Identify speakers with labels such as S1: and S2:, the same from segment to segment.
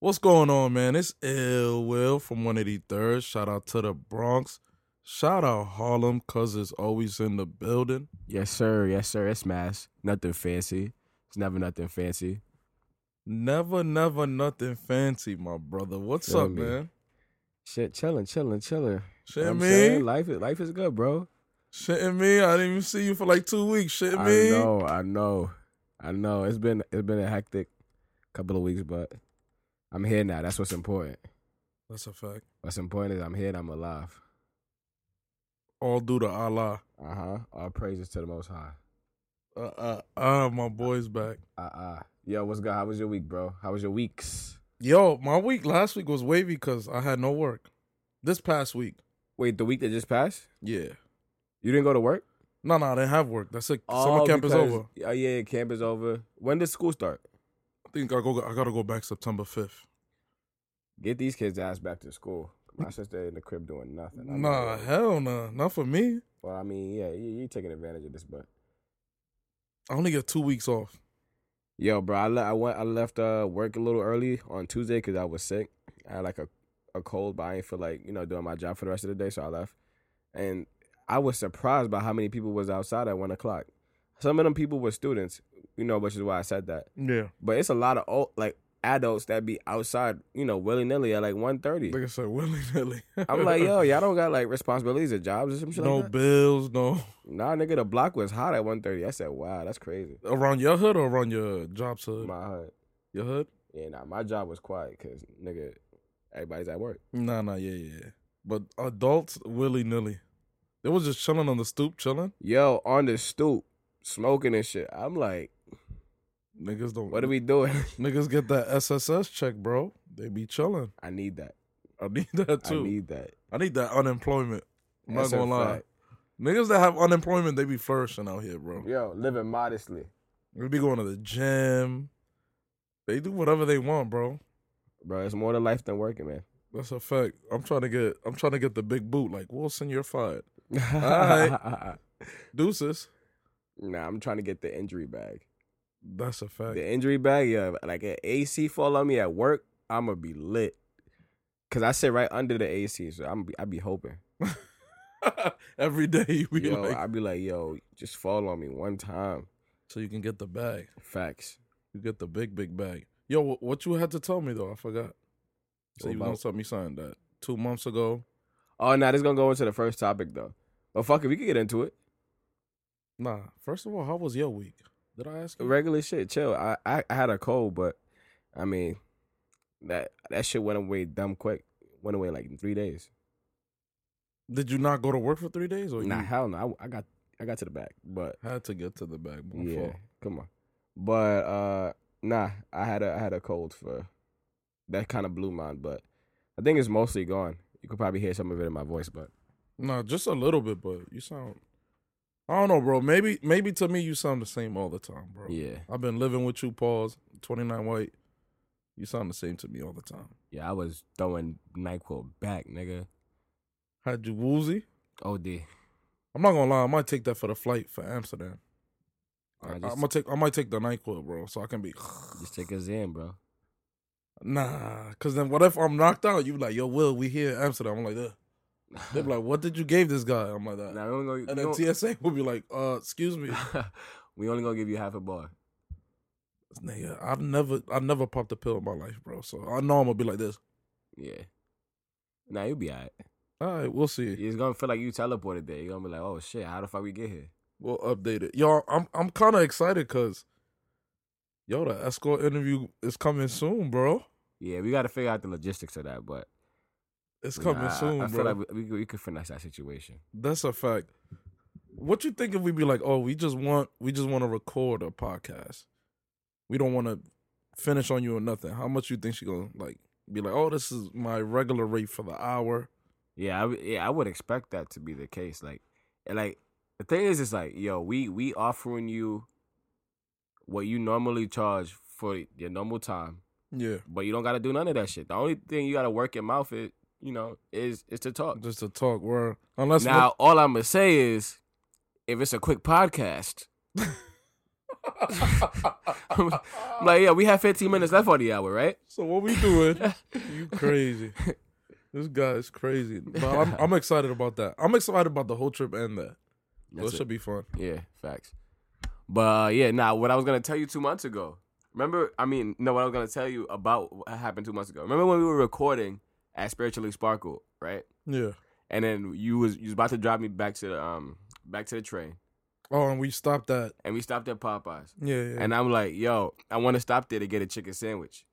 S1: What's going on, man? It's Ill Will from 183rd. Shout out to the Bronx. Shout out Harlem, cause it's always in the building.
S2: Yes, sir. Yes, sir. It's mass. Nothing fancy. It's never nothing fancy.
S1: Never, never nothing fancy, my brother. What's
S2: Feel
S1: up,
S2: me.
S1: man?
S2: Shit, chilling, chilling, chilling.
S1: Shitting
S2: I'm
S1: me?
S2: saying? Life is life is good, bro.
S1: Shitting me? I didn't even see you for like two weeks. Shitting
S2: I
S1: me?
S2: know, I know, I know. It's been it's been a hectic couple of weeks, but I'm here now. That's what's important.
S1: That's a fact.
S2: What's important is I'm here and I'm alive.
S1: All due to Allah.
S2: Uh huh. All praises to the Most High.
S1: Uh, uh, uh, my boy's back.
S2: Uh uh. Yo, what's good? How was your week, bro? How was your weeks?
S1: Yo, my week last week was wavy because I had no work. This past week.
S2: Wait, the week that just passed,
S1: Yeah.
S2: you didn't go to work?
S1: No, no, I didn't have work. That's it.
S2: Oh,
S1: Summer camp is
S2: because-
S1: over.
S2: Oh yeah, camp is over. When does school start?
S1: I think I go. I gotta go back September fifth.
S2: Get these kids' ass back to school. My sister in the crib doing nothing. I'm not
S1: Nah,
S2: doing it.
S1: hell no, nah. not for me.
S2: Well, I mean, yeah, you, you taking advantage of this, but
S1: I only get two weeks off.
S2: yo, bro, I, le- I went, I left uh, work a little early on Tuesday because I was sick. I had like a, a cold, but I ain't feel like you know doing my job for the rest of the day, so I left. And I was surprised by how many people was outside at one o'clock. Some of them people were students, you know, which is why I said that.
S1: Yeah,
S2: But it's a lot of old, like adults that be outside, you know, willy nilly at like one thirty.
S1: like I said, willy nilly.
S2: I'm like, yo, y'all don't got like responsibilities or jobs or some shit
S1: no
S2: like that.
S1: bills, no.
S2: Nah, nigga, the block was hot at 1.30. I said, wow, that's crazy.
S1: Around your hood or around your job's hood?
S2: My hood.
S1: your hood?
S2: Yeah, nah, my job was quiet because, nigga, everybody's at work.
S1: Nah, nah, yeah, yeah. yeah. But adults willy nilly. They was just chilling on the stoop, chilling.
S2: Yo, on the stoop, smoking and shit. I'm like,
S1: Niggas don't.
S2: what are we doing?
S1: Niggas get that SSS check, bro. They be chilling.
S2: I need that.
S1: I need that too.
S2: I need that.
S1: that unemployment. I'm not
S2: That's a
S1: gonna lie.
S2: fact.
S1: Niggas that have unemployment, they be flourishing out here, bro.
S2: Yo, living modestly.
S1: They be going to the gym. They do whatever they want, bro.
S2: Bro, it's more to life than working, man.
S1: That's a fact. I'm trying to get I'm trying to get the big boot. Like, Wilson, you're fired. Alright. Deuces.
S2: nah, I'm trying to get the injury bag.
S1: That's a fact.
S2: The injury bag, yeah, like an AC fall on me at work, I'm gonna be lit. Cause I sit right under the AC, so I'm be, I be hoping.
S1: Every day you be
S2: yo,
S1: like
S2: I'd be like, yo, just fall on me one time.
S1: so you can get the bag.
S2: Facts.
S1: You get the big, big bag. Yo, wh- what you had to tell me though, I forgot. So
S2: What
S1: you was gonna
S2: about-
S1: tell me something that two months ago.
S2: Oh, nah, this gonna go into the first topic though. But fuck it, we could get into it.
S1: Nah. First of all, how was your week? Did I ask you?
S2: Regular shit, chill. I, I, I had a cold, but I mean, that that shit went away dumb quick. Went away like in three days.
S1: Did you not go to work for three days or
S2: Nah,
S1: you
S2: hell no. I, I got I got to the back, but
S1: had to get to the bag
S2: yeah,
S1: before?
S2: come on. But uh, nah, I had a I had a cold for that kind of blew mine, but I think it's mostly gone. You could probably hear some of it in my voice, but
S1: No, just a little bit, but you sound. I don't know, bro. Maybe, maybe to me you sound the same all the time, bro.
S2: yeah,
S1: I've been living with you, Pauls, twenty nine white. You sound the same to me all the time.
S2: yeah. I was throwing Nyquil back, nigga.
S1: Had you woozy?
S2: OD.
S1: I'm not gonna lie. I might take that for the flight for Amsterdam. I,
S2: I
S1: am
S2: just-
S1: gonna take. I might take the Nyquil, bro, so I can be.
S2: Just take us in, bro.
S1: Nah, cause then what if I'm knocked out? You be like, yo, Will, we here in Amsterdam. I'm like, "Ugh." they be like, what did you give this guy? I'm like that.
S2: Nah, we only
S1: and
S2: gonna,
S1: then
S2: we,
S1: TSA will be like, uh, excuse me,
S2: only, we only gonna give you half a bar.
S1: nigga. I've never, I never popped a pill in my life, bro. So I know I'm gonna be like this.
S2: Yeah. Nah, you'll be alright.
S1: All right, we'll see.
S2: It's gonna feel like you teleported there. You're gonna be like, oh shit, how the fuck we get here?
S1: We'll update it, y'all. I'm I'm kind of excited because yo, the escort interview is coming soon, bro.
S2: Yeah, we gotta figure out the logistics of that, but
S1: It's coming
S2: nah, I-
S1: soon,
S2: I,
S1: bro.
S2: feel like we, we, could- we could finesse that situation.
S1: That's a fact. What you think if we be like, oh, we just want we just want to record a podcast. We don't want to finish on you or nothing. How much you think she gonna like be like? Oh, this is my regular rate for the hour.
S2: Yeah, I, would- yeah, I would expect that to be the case. Like, and, like the thing is, it's like, yo, we we offering you what you normally charge for your normal time,
S1: Yeah,
S2: but you don't gotta do none of that shit. The only thing you gotta work your mouth is, you know, is is to talk.
S1: just to talk. Where unless
S2: now, all I'm gonna say is, if it's a quick podcast, I'm like, yeah, we have 15 minutes left on the hour, right?
S1: So what we doing? you crazy. This guy is crazy. But I'm, I'm excited about that. I'm excited about the whole trip and that. So it
S2: That's it.
S1: should be fun.
S2: Yeah, facts. But uh, yeah, nah, what I was gonna tell you two months ago. Remember, I mean, no, what I was gonna tell you about what happened two months ago. Remember when we were recording at Spiritually Sparkle, right?
S1: Yeah.
S2: And then you was you was about to drive me back to the um back to the train,
S1: Oh, and we stopped that.
S2: and we stopped at Popeyes,
S1: Yeah, yeah.
S2: and I'm like, yo, I want to stop there to get a chicken sandwich,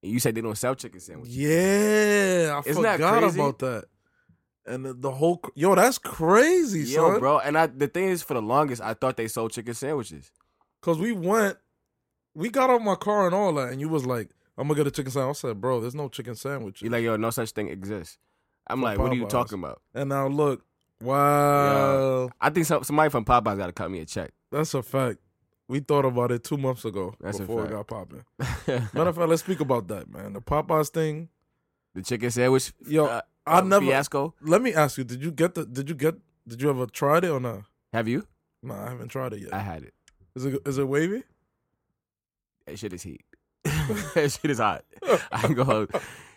S2: and you said they don't sell chicken sandwiches.
S1: yeah, I
S2: Isn't that
S1: forgot
S2: crazy?
S1: about that. And the, the whole cr- yo, that's crazy,
S2: Yo,
S1: son.
S2: bro, and I the thing is, for the longest, I thought they sold chicken sandwiches.
S1: Cause we went, we got out my car and all that, and you was like, "I'm gonna get a chicken sandwich." I said, "Bro, there's no chicken sandwich."
S2: You're like, yo, no such thing exists. I'm
S1: From
S2: like, what are you
S1: Popeyes.
S2: talking about?
S1: and now look, wow,
S2: I think some, somebody from Popeyes got to cut me a check.
S1: that's a fact. We thought about it two months ago
S2: That's a
S1: before it
S2: fact.
S1: got popping. Matter of fact, let's speak about that, man. The Popeyes thing,
S2: the chicken sandwich.
S1: yo.
S2: uh,
S1: I
S2: uh,
S1: never.
S2: fiasco.
S1: Let me ask you: Did you get the? Did you get? Did you ever tried it or not?
S2: Have you?
S1: No, I haven't tried it yet.
S2: I had it.
S1: Is it is it wavy?
S2: That shit is heat. that shit is hot. I go,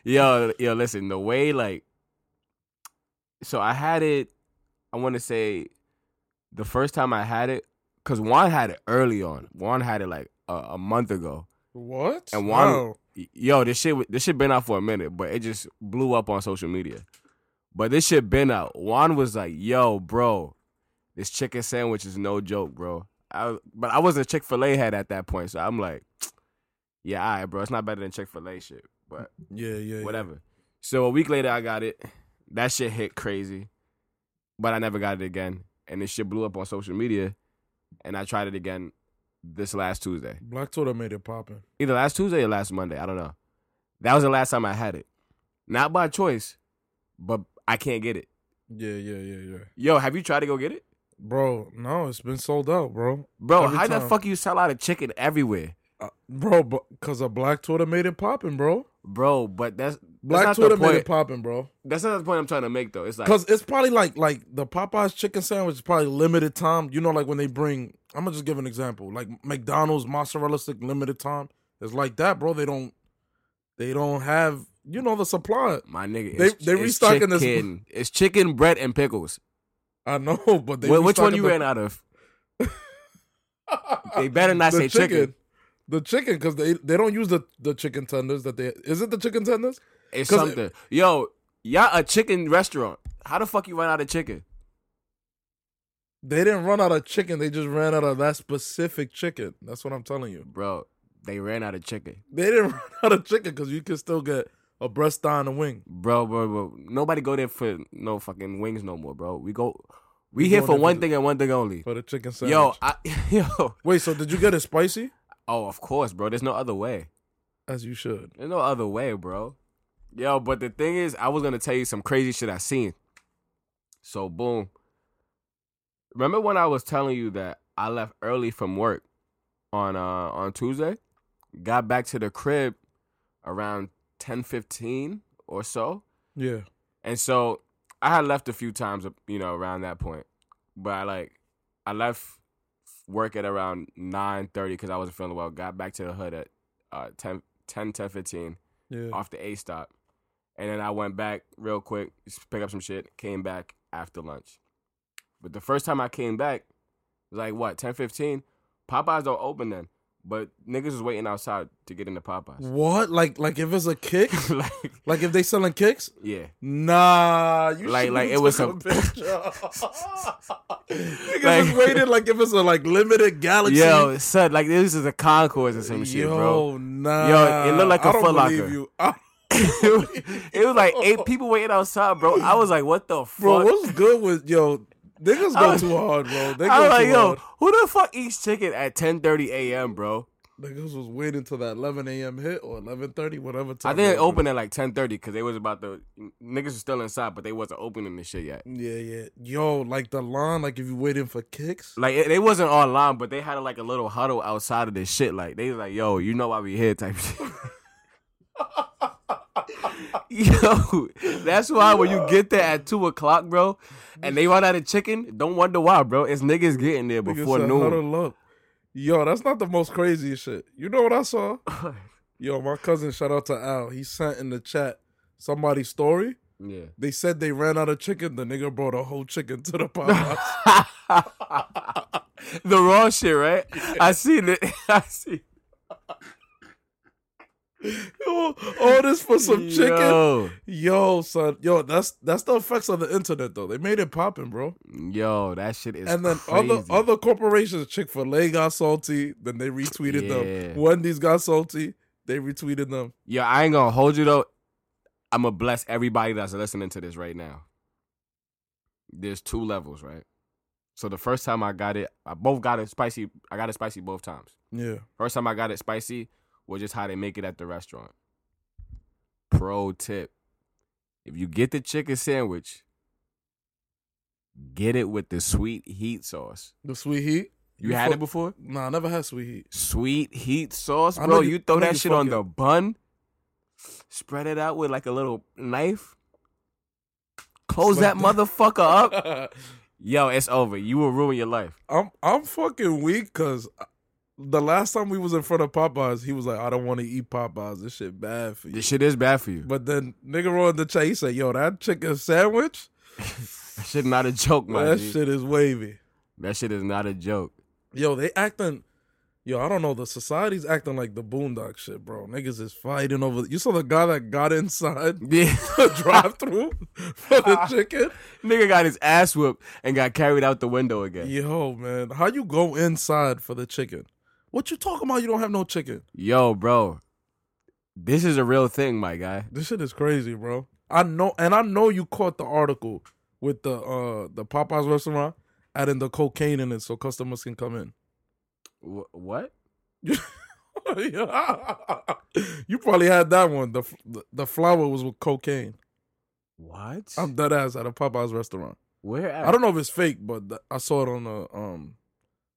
S2: yo, yo. Listen, the way like, so I had it. I want to say, the first time I had it, cause Juan had it early on. Juan had it like a, a month ago.
S1: What?
S2: And one-
S1: Wow.
S2: Y- yo, this shit wa- this shit been out for a minute, but it just blew up on social media. But this shit been out. Juan was like, "Yo, bro, this chicken sandwich is no joke, bro." I, was- but I wasn't a Chick Fil A head at that point, so I'm like, "Yeah, all right, bro, it's not better than Chick Fil A shit, but
S1: Yeah, yeah, yeah.
S2: whatever." So a week later, I got it. That shit hit crazy, but I never got it again, and this shit blew up on social media. And I tried it again this last Tuesday
S1: Black Twitter made it popping.
S2: either last Tuesday or last Monday. I don't know. That was the last time I had it. Not by choice, but I can't get it.
S1: Yeah, yeah, yeah, yeah.
S2: Yo, have you tried to go get it?
S1: Bro, no, it's been sold out, bro.
S2: Bro,
S1: Every
S2: how the
S1: time.
S2: fuck you sell out of chicken everywhere?
S1: Uh, bro, because a Black Twitter made it popping, bro.
S2: Bro, but that's
S1: Black
S2: that's not
S1: Twitter
S2: the
S1: made it
S2: point.
S1: popping, bro.
S2: that's not the point I'm trying to make though. It's like
S1: Because it's probably like like the Popeyes chicken sandwich is probably limited time. You know, like when they bring, I'm gonna just give an example, like McDonald's mozzarella stick limited time. It's like that, bro. They don't, they don't have, you know, the supply.
S2: my nigga,
S1: They-
S2: it's,
S1: they
S2: it's
S1: restocking this-
S2: chicken. It's chicken, bread, and pickles.
S1: I know, but they
S2: Wh- which one
S1: restocking
S2: you
S1: the-
S2: ran out of?
S1: uh,
S2: They better not say chicken.
S1: The chicken, because they they don't use the the chicken tenders that they is it the chicken tenders?
S2: It's
S1: 'Cause it-
S2: something. Yo, y'all a chicken restaurant. How the fuck you run out of chicken?
S1: They didn't run out of chicken. They just ran out of that specific chicken. That's what I'm telling you.
S2: Bro, they ran out of chicken.
S1: They didn't run out of chicken because you can still get a breast thigh and a wing.
S2: Bro, bro, bro. Nobody go there for no fucking wings no more, bro. We go, we,
S1: We
S2: here
S1: go
S2: for
S1: there for
S2: one
S1: the-
S2: thing and one thing only.
S1: For the chicken sandwich.
S2: Yo, I, yo.
S1: wait. So did you get it spicy?
S2: Oh, of course, bro. There's no other way.
S1: As you should.
S2: There's no other way, bro. Yo, but the thing is, I was gonna tell you some crazy shit I seen. So boom. Remember when I was telling you that I left early from work on uh on Tuesday? Got back to the crib around ten fifteen or so.
S1: Yeah.
S2: And so I had left a few times, you know, around that point. But I like I left work at around nine thirty because I wasn't feeling well. Got back to the hood at uh, 10, 10, 10, 15
S1: Yeah.
S2: off the A stop, and then I went back real quick, just pick up some shit. Came back after lunch. But the first time I came back, it was like what ten fifteen. Popeyes don't open then, but niggas was waiting outside to get into Popeyes.
S1: What? Like like if it's a kick?
S2: like
S1: like if they selling kicks?
S2: yeah.
S1: Nah. You
S2: Like-
S1: should-
S2: like
S1: you
S2: it was
S1: took
S2: a-
S1: picture. Niggas
S2: Like-
S1: just waited like if it's a like limited galaxy.
S2: Yo, son, like this is a concourse or some shit, bro.
S1: Yo, nah.
S2: Yo, it looked like
S1: I
S2: a
S1: don't
S2: Foot
S1: believe
S2: Locker.
S1: You. I-
S2: it was- it was like eight people waiting outside, bro. I was like, what the fuck?
S1: bro, what's good with yo? Niggas
S2: I
S1: go
S2: was-
S1: too hard, bro. They
S2: I
S1: go
S2: was like,
S1: too
S2: yo,
S1: hard.
S2: who the fuck eats chicken at 10:30 a.m., bro?
S1: Niggas was waiting till that 11 a.m. hit or 11:30, whatever time.
S2: I think
S1: they
S2: it opened at like 10:30 because they was about to niggas was still inside, but they wasn't opening this shit yet.
S1: Yeah, yeah. Yo, like the line, like if you waiting for kicks.
S2: Like it, they wasn't online, but they had like a little huddle outside of this shit. Like they was like, yo, you know why we here type shit. Yo, that's why when you get there at two o'clock, bro, and they run out of chicken, don't wonder why, bro. It's niggas getting there
S1: Niggas
S2: before
S1: said,
S2: noon.
S1: Huddle up. Yo, that's not the most craziest shit. You know what I saw? Yo, my cousin, shout out to Al. He sent in the chat somebody's story.
S2: yeah.
S1: They said they ran out of chicken. The nigga brought a whole chicken to the Popeyes.
S2: the raw shit, right? I seen it. I see.
S1: Yo, all this for some chicken. Yo, son. Yo, that's that's the effects of the internet though. They made it popping, bro.
S2: Yo, that shit is
S1: and then
S2: crazy.
S1: other other corporations, Chick Fil A got salty. Then they retweeted
S2: Yeah.
S1: them. Wendy's got salty. They retweeted them.
S2: Yo, I ain't gonna hold you though. I'm gonna bless everybody that's listening to this right now. There's two levels, right? So the first time I got it, I both got it spicy. I got it spicy both times.
S1: Yeah.
S2: First time I got it spicy was just how they make it at the restaurant. Pro tip: If you get the chicken sandwich, get it with the sweet heat sauce.
S1: The sweet heat.
S2: You, had
S1: fuck-
S2: it before?
S1: Nah, I never had sweet heat.
S2: Sweet heat sauce,
S1: I
S2: bro.
S1: know
S2: You,
S1: you- I
S2: throw
S1: know
S2: that
S1: you
S2: shit on
S1: fucking-
S2: the bun, spread it out with like a little knife, close
S1: Like
S2: that
S1: that.
S2: motherfucker up. Yo, it's over. You will ruin your life.
S1: I'm I'm fucking weak because the last time we was in front of Popeyes, he was like, I don't want to eat Popeyes. This shit bad for you.
S2: This shit is bad for you.
S1: But then nigga rolled the chat. He said, Yo, that chicken sandwich,
S2: That shit not a joke, my
S1: that
S2: G.
S1: shit is wavy.
S2: That shit is not a joke.
S1: Yo, they acting. Yo, I don't know. The society's acting like the boondock shit, bro. Niggas is fighting over. You saw the guy that got inside
S2: Yeah.
S1: the drive through for the chicken?
S2: Nigga got his ass whooped and got carried out the window again.
S1: Yo, man. How you go inside for the chicken? What you talking about? You don't have no chicken.
S2: Yo, bro. This is a real thing, my guy.
S1: This shit is crazy, bro. I know, and I know you caught the article with the uh the Popeyes restaurant adding the cocaine in it so customers can come in.
S2: Wh- what?
S1: you probably had that one. The, the the flour was with cocaine.
S2: What?
S1: I'm dead ass at a Popeyes restaurant.
S2: Where at?
S1: I don't know if it's fake, but th- I saw it on a um,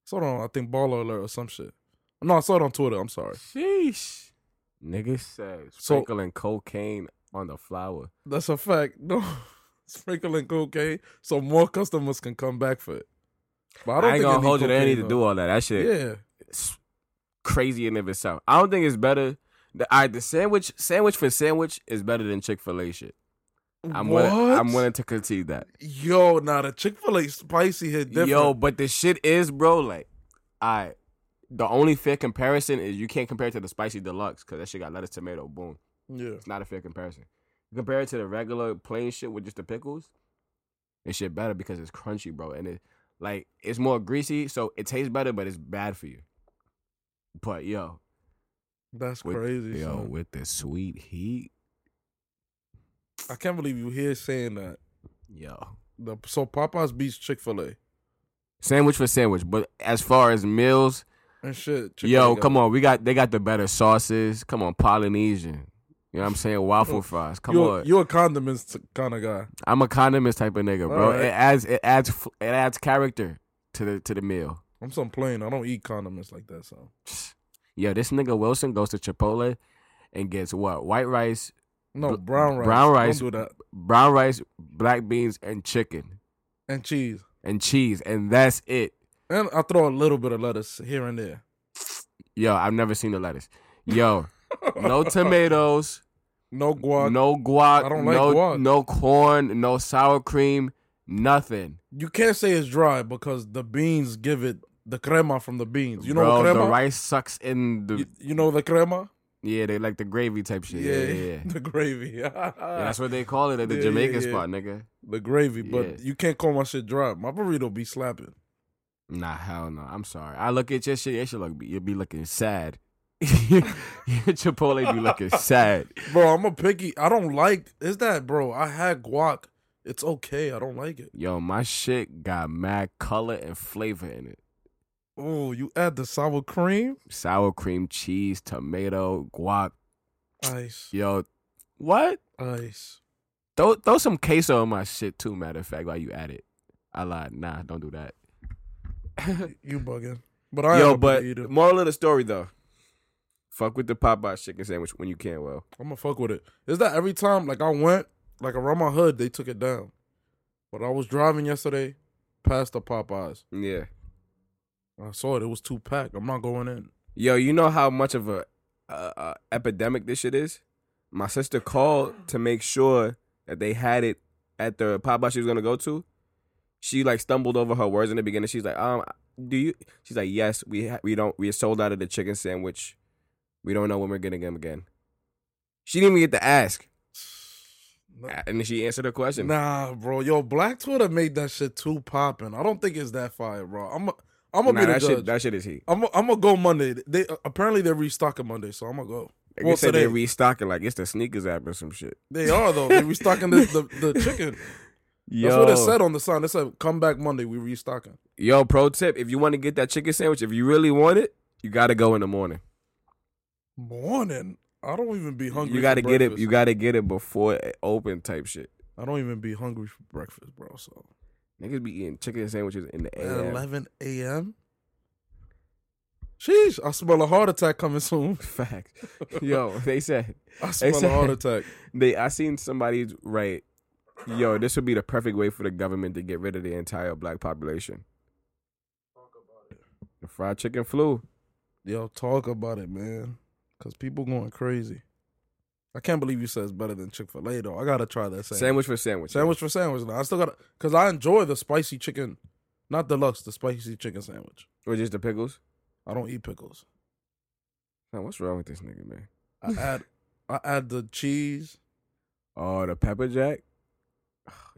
S1: saw it on I think Baller Alert or some shit. No, I saw it on Twitter. I'm sorry.
S2: Sheesh. Nigga says
S1: So-
S2: sprinkling cocaine on the flower.
S1: That's a fact. No, sprinkling cocaine so more customers can come back for it. But
S2: I,
S1: think it
S2: ain't gonna
S1: need
S2: hold you. They
S1: cocaine,
S2: need to
S1: though.
S2: do all that. That shit
S1: Yeah.
S2: is crazy in and of itself. I don't think it's better. The, all right, the sandwich, sandwich for sandwich is better than Chick Fil A shit. I'm willing. I'm willing to concede that.
S1: Yo, nah, the Chick Fil A spicy hit different.
S2: Yo, but the shit is, bro. Like, I. The only fair comparison is you can't compare it to the spicy deluxe because that shit got lettuce, tomato, boom.
S1: yeah,
S2: It's not a fair comparison. Compare it to the regular plain shit with just the pickles. It shit better because it's crunchy, bro, and it like it's more greasy, so it tastes better, but it's bad for you. But yo,
S1: that's
S2: with,
S1: crazy.
S2: yo,
S1: son.
S2: with the sweet heat,
S1: I can't believe you here saying that.
S2: yo,
S1: The, so Popeyes beats Chick Fil A
S2: sandwich for sandwich. But as far as meals,
S1: and shit.
S2: yo, come on, we got they got the better sauces. Come on, Polynesian. You know what I'm saying? Waffle fries. Come
S1: you're,
S2: on.
S1: You're a condiments kind of guy.
S2: I'm a condiments type of nigga, bro.
S1: Alright.
S2: It adds it adds f- it adds character to the to the meal.
S1: I'm some plain. I don't eat condiments like that. So
S2: Yo, this nigga Wilson goes to Chipotle and gets what? White rice,
S1: no
S2: Bl-
S1: brown rice.
S2: brown rice.
S1: Don't do that.
S2: brown rice, black beans, and chicken
S1: And cheese.
S2: and cheese, and that's it.
S1: And I throw a little bit of lettuce here and there.
S2: Yo, I've never seen the lettuce. Yo, no tomatoes,
S1: no guac.
S2: no guac,
S1: I don't like
S2: no
S1: guac.
S2: no corn, no sour cream, nothing.
S1: You can't say it's dry because the beans give it the crema from the beans. You know
S2: Bro,
S1: what crema?
S2: the rice sucks in the
S1: You, you know the crema?
S2: yeah, they like the gravy type shit. Yeah, yeah, yeah.
S1: the gravy.
S2: Yeah, that's what they call it at the
S1: Yeah, yeah,
S2: Jamaican
S1: yeah.
S2: spot, nigga.
S1: the gravy, but
S2: Yeah.
S1: you can't call my shit dry. My burrito be slapping.
S2: Nah, hell no. I'm sorry. I look at your shit. Your shit look. You'll be looking sad. your Chipotle be looking sad.
S1: Bro, I'm a picky. I don't like. Is that, bro? I had guac. It's okay. I don't like it.
S2: Yo, my shit got mad color and flavor in it.
S1: Oh, you add the sour cream?
S2: Sour cream, cheese, tomato, guac.
S1: Ice.
S2: Yo, what?
S1: Ice.
S2: Throw throw some queso in my shit too. Matter of fact, while you at it, I lied. Nah, don't do that.
S1: You bugging. But I am
S2: Yo,
S1: a
S2: but
S1: but eater.
S2: moral of the story though, fuck with the Popeye chicken sandwich when you can. Well,
S1: I'm gonna fuck with it. Is that every time like I went, like around my hood, they took it down. But I was driving yesterday past the Popeyes
S2: yeah,
S1: I saw it. It was two packed. I'm not going in.
S2: Yo, you know how much of a, a, a epidemic this shit is. My sister called to make sure that they had it at the pop bar she was gonna go to. She like stumbled over her words in the beginning. She's like, um, do you? She's like, yes, we ha- we don't we sold out of the chicken sandwich. We don't know when we're getting them again. She didn't even get to ask,
S1: Nah,
S2: and then she answered her question.
S1: Nah, bro. Yo, Black Twitter made that shit too popping. I don't think it's that fire, bro. I'm a, I'm gonna
S2: Nah,
S1: be the
S2: that
S1: judge.
S2: shit that shit is heat.
S1: I'm gonna go Monday. They apparently they're restocking Monday, so I'm gonna go.
S2: They
S1: Well,
S2: said they
S1: today-
S2: restocking like it's the sneakers app or some shit.
S1: They are though. They're restocking the, the, the chicken.
S2: Yo,
S1: That's what it said on the sign. It said, "Come back Monday. We restocking."
S2: Yo, pro tip: if you want to get that chicken sandwich, if you really want it, you gotta go in the morning.
S1: Morning. I don't even be hungry.
S2: you
S1: for
S2: gotta get it.
S1: breakfast.
S2: You gotta get it before it open type shit.
S1: I don't even be hungry for breakfast, bro. So
S2: Niggas be eating chicken sandwiches in the
S1: at
S2: AM.
S1: 11 a.m. Sheesh! I smell a heart attack coming soon.
S2: Fact. Yo, they said
S1: I smell
S2: said-
S1: a heart attack.
S2: they. I seen somebody write, "Yo, this would be the perfect way for the government to get rid of the entire black population." The fried chicken flu.
S1: Yo, talk about it, man. Cause people going crazy. I can't believe you said it's better than Chick Fil A though. I gotta try that sandwich.
S2: Sandwich for sandwich.
S1: Sandwich for sandwich. Now. I still gotta because I enjoy the spicy chicken, not deluxe. The spicy chicken sandwich.
S2: Or just the pickles.
S1: I don't eat pickles.
S2: Man, what's wrong with this nigga, man?
S1: I add I add the cheese,
S2: Oh, the pepper jack.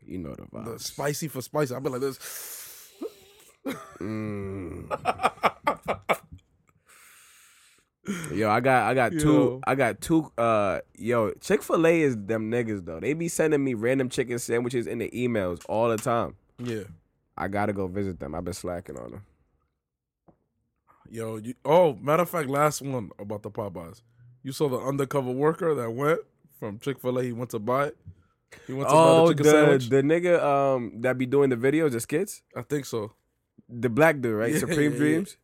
S2: You know the vibes.
S1: the spicy for spicy. I'll be like this.
S2: Mm. Yo, I got I got
S1: Yo.
S2: two I got two uh yo, Chick-fil-A is them niggas though. They be sending me random chicken sandwiches in the emails all the time.
S1: yeah.
S2: I gotta go visit them. I've been slacking on them.
S1: Yo, you, oh, matter of fact, last one about the Popeyes. You saw the undercover worker that went from Chick Fil A. He went to buy it. He went to buy
S2: Oh,
S1: the
S2: the,
S1: chicken sandwich.
S2: the nigga um that be doing the videos, the skits,
S1: I think so.
S2: the black dude, right?
S1: Yeah,
S2: Supreme
S1: yeah,
S2: Dreams.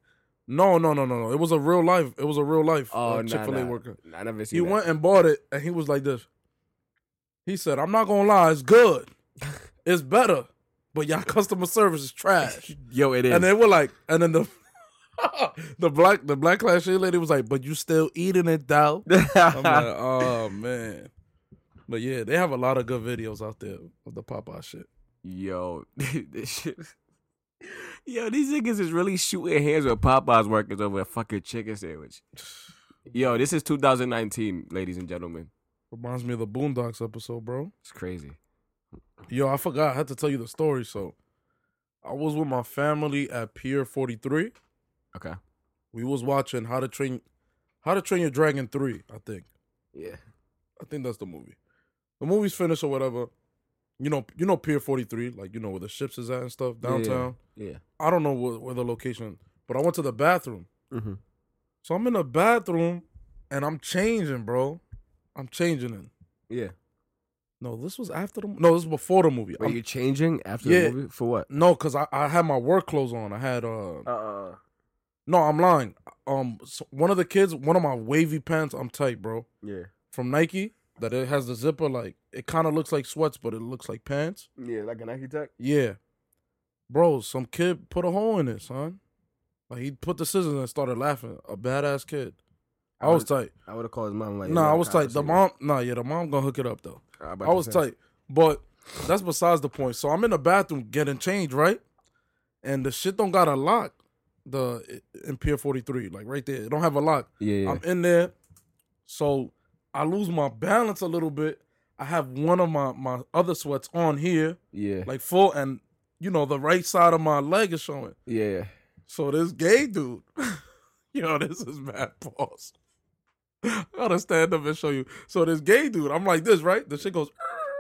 S1: No, no, no, no, no. It was a real life. It was a real life
S2: Oh, nah,
S1: Chick Fil A
S2: nah.
S1: worker.
S2: I never seen.
S1: He
S2: that.
S1: went and bought it, and he was like this. He said, "I'm not gonna lie, it's good. it's better, but y'all customer service is trash."
S2: Yo, it is.
S1: And they were like, and then the the black the black class lady was like, "But you still eating it though." I'm like, oh man. But yeah, they have a lot of good videos out there of the Popeye shit.
S2: Yo, this shit. Yo, these niggas is really shooting hands with Popeyes workers over a fucking chicken sandwich. Yo, this is 2019, ladies and gentlemen.
S1: Reminds me of the Boondocks episode, bro.
S2: It's crazy.
S1: Yo, I forgot. I had to tell you the story. So, I was with my family at Pier 43.
S2: Okay.
S1: We was watching How to Train How to Train Your Dragon 3, I think.
S2: Yeah.
S1: I think that's the movie. The movie's finished or whatever. You know, you know Pier 43, like you know where the ships is at and stuff downtown.
S2: Yeah.
S1: I don't know where, where the location, but I went to the bathroom.
S2: Mm-hmm.
S1: So I'm in the bathroom and I'm changing, bro. I'm changing it.
S2: Yeah.
S1: No, this was after the no, this was before the movie.
S2: Are
S1: I'm-
S2: you changing after
S1: Yeah.
S2: the movie for what?
S1: no, cause I, I had my work clothes on. I had uh
S2: Uh.
S1: no, I'm lying. Um, so one of the kids, one of my wavy pants, I'm tight, bro,
S2: Yeah.
S1: from Nike. That it has the zipper, like it kind of looks like sweats, but it looks like pants.
S2: Yeah, like an architect.
S1: Yeah, bro, some kid put a hole in it, son. Like he put the scissors and started laughing. A badass kid. I was tight.
S2: I would have called his mom. Like,
S1: No, I was tight. The mom, nah, yeah, the mom gonna hook it up though.
S2: I
S1: I was tight, but that's besides the point. So I'm in the bathroom getting changed, right? And the shit don't got a lock. The in Pier 43, like right there, it don't have a lock.
S2: Yeah. yeah.
S1: I'm in there, so I lose my balance a little bit. I have one of my my other sweats on here,
S2: yeah.
S1: like full, and you know the right side of my leg is showing.
S2: yeah.
S1: So this gay dude, yo, this is mad pause. I gotta stand up and show you. So this gay dude, I'm like this, right? The shit goes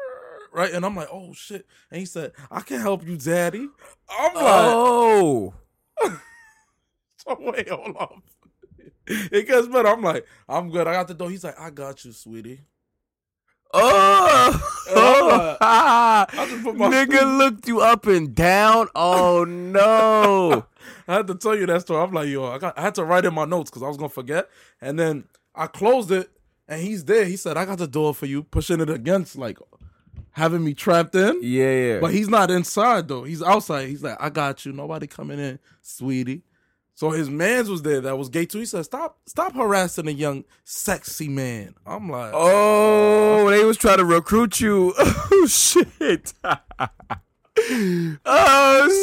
S1: right, and I'm like, oh shit. And he said, I can help you, daddy. I'm like,
S2: Oh.
S1: so wait, hold on. It gets better. I'm like, I'm good. I got the door. He's like, I got you, sweetie.
S2: Oh,
S1: Uh, I just put my-
S2: nigga looked you up and down. Oh no,
S1: I had to tell you that story. I'm like, yo, I got I had to write in my notes because I was gonna forget. And then I closed it and he's there. He said, I got the door for you, pushing it against like having me trapped in.
S2: yeah, yeah.
S1: But he's not inside though. He's outside. He's like, I got you. Nobody coming in, sweetie. So his man's was there that was gay too. He said, "Stop, stop harassing a young sexy man." I'm like,
S2: Oh, they was trying to recruit you. Oh shit. oh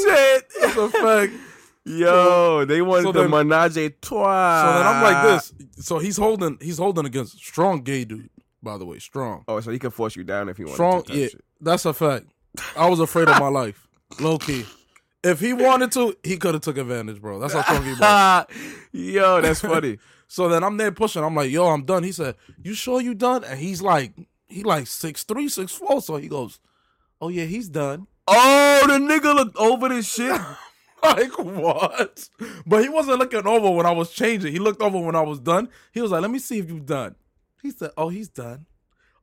S2: shit.
S1: the fuck.
S2: Yo, they wanted
S1: so
S2: the
S1: then-
S2: menage a trois.
S1: So then I'm like this. So he's holding, he's holding against strong gay dude. By the way, strong,
S2: Oh, so he could force you down if he wanted
S1: strong.
S2: to. type
S1: Yeah,
S2: shit.
S1: that's a fact. I was afraid of my life, low key. If he wanted to, he could have took advantage, bro. That's how strong he was.
S2: Ah, yo, that's funny.
S1: So then I'm there pushing. I'm like, yo, I'm done. He said, you sure you done? And he's like, he like six three, six four. So he goes, oh yeah, he's done.
S2: oh, the nigga looked over this shit.
S1: Like what? But he wasn't looking over when I was changing. He looked over when I was done. He was like, let me see if you done. He said, oh, he's done.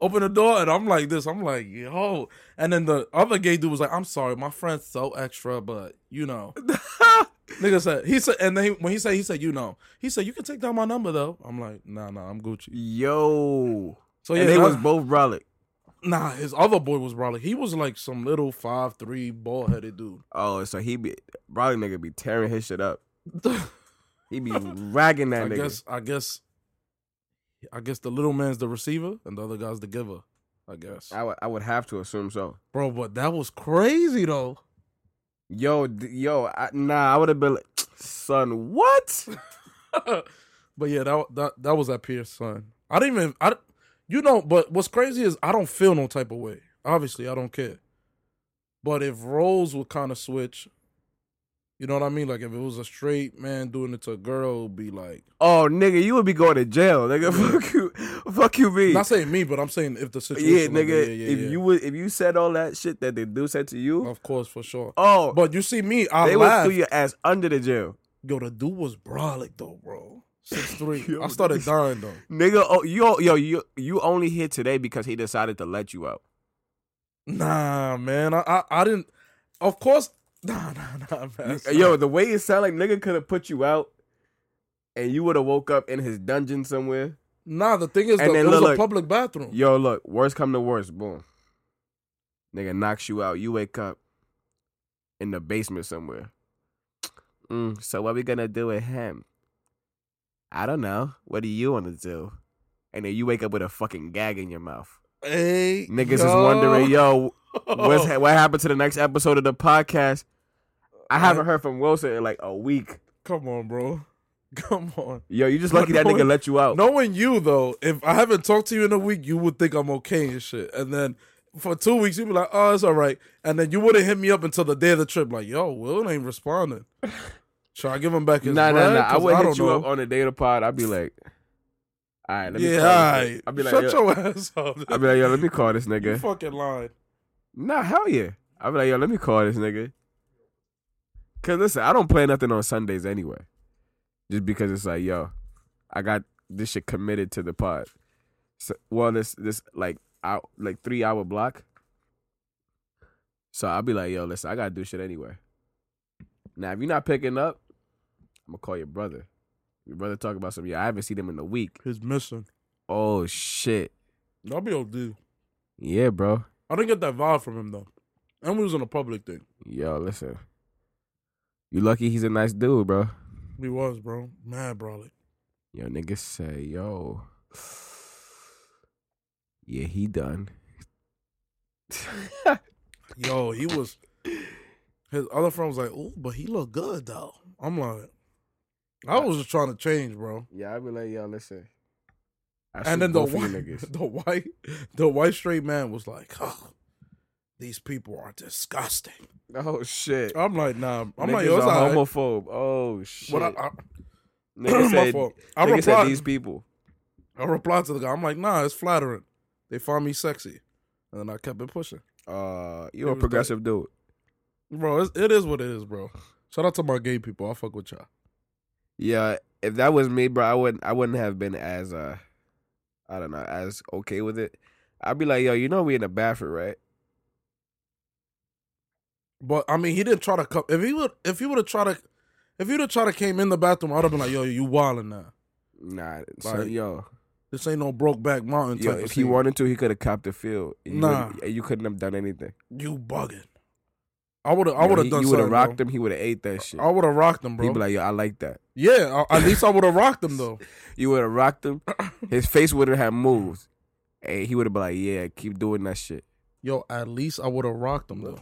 S1: Open the door, and I'm like this. I'm like, yo. And then the other gay dude was like, I'm sorry, my friend's so extra, but you know. Nigga said, he said, and then he, when he said, he said, you know. He said, you can take down my number though. I'm like, nah, nah, I'm Gucci.
S2: Yo.
S1: So
S2: and they
S1: nah.
S2: was both brolic.
S1: Nah, his other boy was Brawley. He was like some little five three bald headed dude.
S2: Oh, so he be brolic nigga be tearing his shit up. He be ragging that
S1: I
S2: nigga.
S1: guess I guess I guess the little man's the receiver and the other guy's the giver. I guess.
S2: I would I would have to assume so.
S1: Bro, but that was crazy though.
S2: Yo, d- yo, I, nah, I would have been like, son, what?
S1: but yeah, that that that was at Pierce son. I didn't even I you know, but what's crazy is I don't feel no type of way. Obviously, I don't care. But if roles would kind of switch, you know what I mean? Like if it was a straight man doing it to a girl, it would be like
S2: Oh, nigga, you would be going to jail, nigga. Fuck you, fuck you, me.
S1: Not saying me, but I'm saying if the situation.
S2: yeah,
S1: like
S2: nigga.
S1: that, yeah, yeah,
S2: if
S1: yeah.
S2: you would, if you said all that shit that the dude said to you,
S1: of course, for sure.
S2: oh,
S1: But you see me, I
S2: they would
S1: laugh.
S2: threw your ass under the jail,
S1: Yo, the dude was brolic though, bro. Six three.
S2: Yo,
S1: I started
S2: this-
S1: dying though.
S2: nigga. Oh, yo, yo, you, you only here today because he decided to let you out.
S1: Nah, man. I, I I didn't. Of course. Nah, nah, nah, man. That's not-
S2: Yo, the way it sounded like nigga could have put you out, and you would have woke up in his dungeon somewhere.
S1: Nah, the thing is,
S2: And
S1: though,
S2: then
S1: it was
S2: look,
S1: a
S2: look.
S1: public bathroom.
S2: Yo, look, worst come to worst, boom. Nigga knocks you out. You wake up in the basement somewhere. Mm, so what we gonna do with him? I don't know. What do you wanna do? And then you wake up with a fucking gag in your mouth.
S1: Hey,
S2: Niggas is wondering, yo, what's ha- what happened to the next episode of the podcast? I haven't heard from Wilson in like a week.
S1: Come on, bro. Come on.
S2: Yo, you just lucky that nigga let you out.
S1: Knowing you though, if I haven't talked to you in a week, you would think I'm okay and shit. And then for two weeks, you'd be like, "Oh, it's all right." And then you wouldn't hit me up until the day of the trip, like, "Yo, Will ain't responding." Should I give him back his
S2: Nah, nah,
S1: bread?
S2: nah. I
S1: 'Cause
S2: would
S1: don't
S2: hit you
S1: know.
S2: up on the data pod. I'd be like, all right, let me
S1: yeah,
S2: call
S1: all
S2: this nigga."
S1: right.
S2: I'd be like,
S1: shut
S2: yo,
S1: your ass up.
S2: I'd be like, yo, let me call this
S1: you
S2: nigga.
S1: fucking lying.
S2: Nah, hell yeah. I'd be like, yo, let me call this nigga. Cause listen, I don't play nothing on Sundays anyway. Just because it's like, yo, I got this shit committed to the pod. So, well, this this like out like three hour block. So I'll be like, yo, listen, I gotta do shit anyway. Now if you're not picking up, I'm gonna call your brother. Your brother talk about some. Yeah, I haven't seen him in a week.
S1: He's missing.
S2: Oh shit.
S1: I'll be OD.
S2: Yeah, bro.
S1: I didn't get that vibe from him though. And we was on a public thing.
S2: Yo, listen. You lucky he's a nice dude, bro.
S1: We was, bro. Mad, bro.
S2: Yo, niggas say, yo. Yeah, he done.
S1: Yo, he was. His other friend was like, "Oh, but he look good though." I'm like, I was just trying to change, bro.
S2: Yeah, I be like, yo, listen. I
S1: and then the
S2: both of you
S1: white,
S2: niggas.
S1: the white, the white straight man was like, oh, "These people are disgusting."
S2: Oh shit.
S1: I'm like, "Nah." I'm
S2: niggas
S1: like, "Yo, it's
S2: are
S1: all right."
S2: homophobe. Oh shit.
S1: But I, I,
S2: niggas
S1: my
S2: said,
S1: fault. I
S2: niggas said
S1: replied.
S2: these people.
S1: I replied to the guy. I'm like, "Nah, it's flattering. They find me sexy," and then I kept it pushing.
S2: Uh,
S1: It
S2: you a
S1: was
S2: progressive dude.
S1: Bro, it's, it is what it is, bro. Shout out to my gay people. I fuck with y'all.
S2: Yeah, if that was me, bro, I wouldn't I wouldn't have been as uh I don't know, as okay with it. I'd be like, yo, you know we in the bathroom, right?
S1: But I mean, he didn't try to come. If he would, if he would have tried to, if he would have tried to came in the bathroom, I'd have been like, "Yo, you wildin' now.
S2: Nah, so,
S1: Like,
S2: yo,
S1: This ain't no broke back mountain
S2: yo,
S1: type
S2: if
S1: of
S2: he
S1: scene.
S2: wanted to, he could have copped the field. You
S1: Nah.
S2: wouldn't- you couldn't have done anything.
S1: you bugging." I would have. I would have done.
S2: You
S1: something,
S2: would have rocked
S1: bro.
S2: him. He would have ate that shit.
S1: I would have rocked him, bro.
S2: He'd be like, yo, I like that.
S1: yeah, I- at least I would have rocked him though.
S2: You would have rocked him. His face would have moved. And he would have been like, yeah, keep doing that shit.
S1: Yo, at least I would have rocked him though.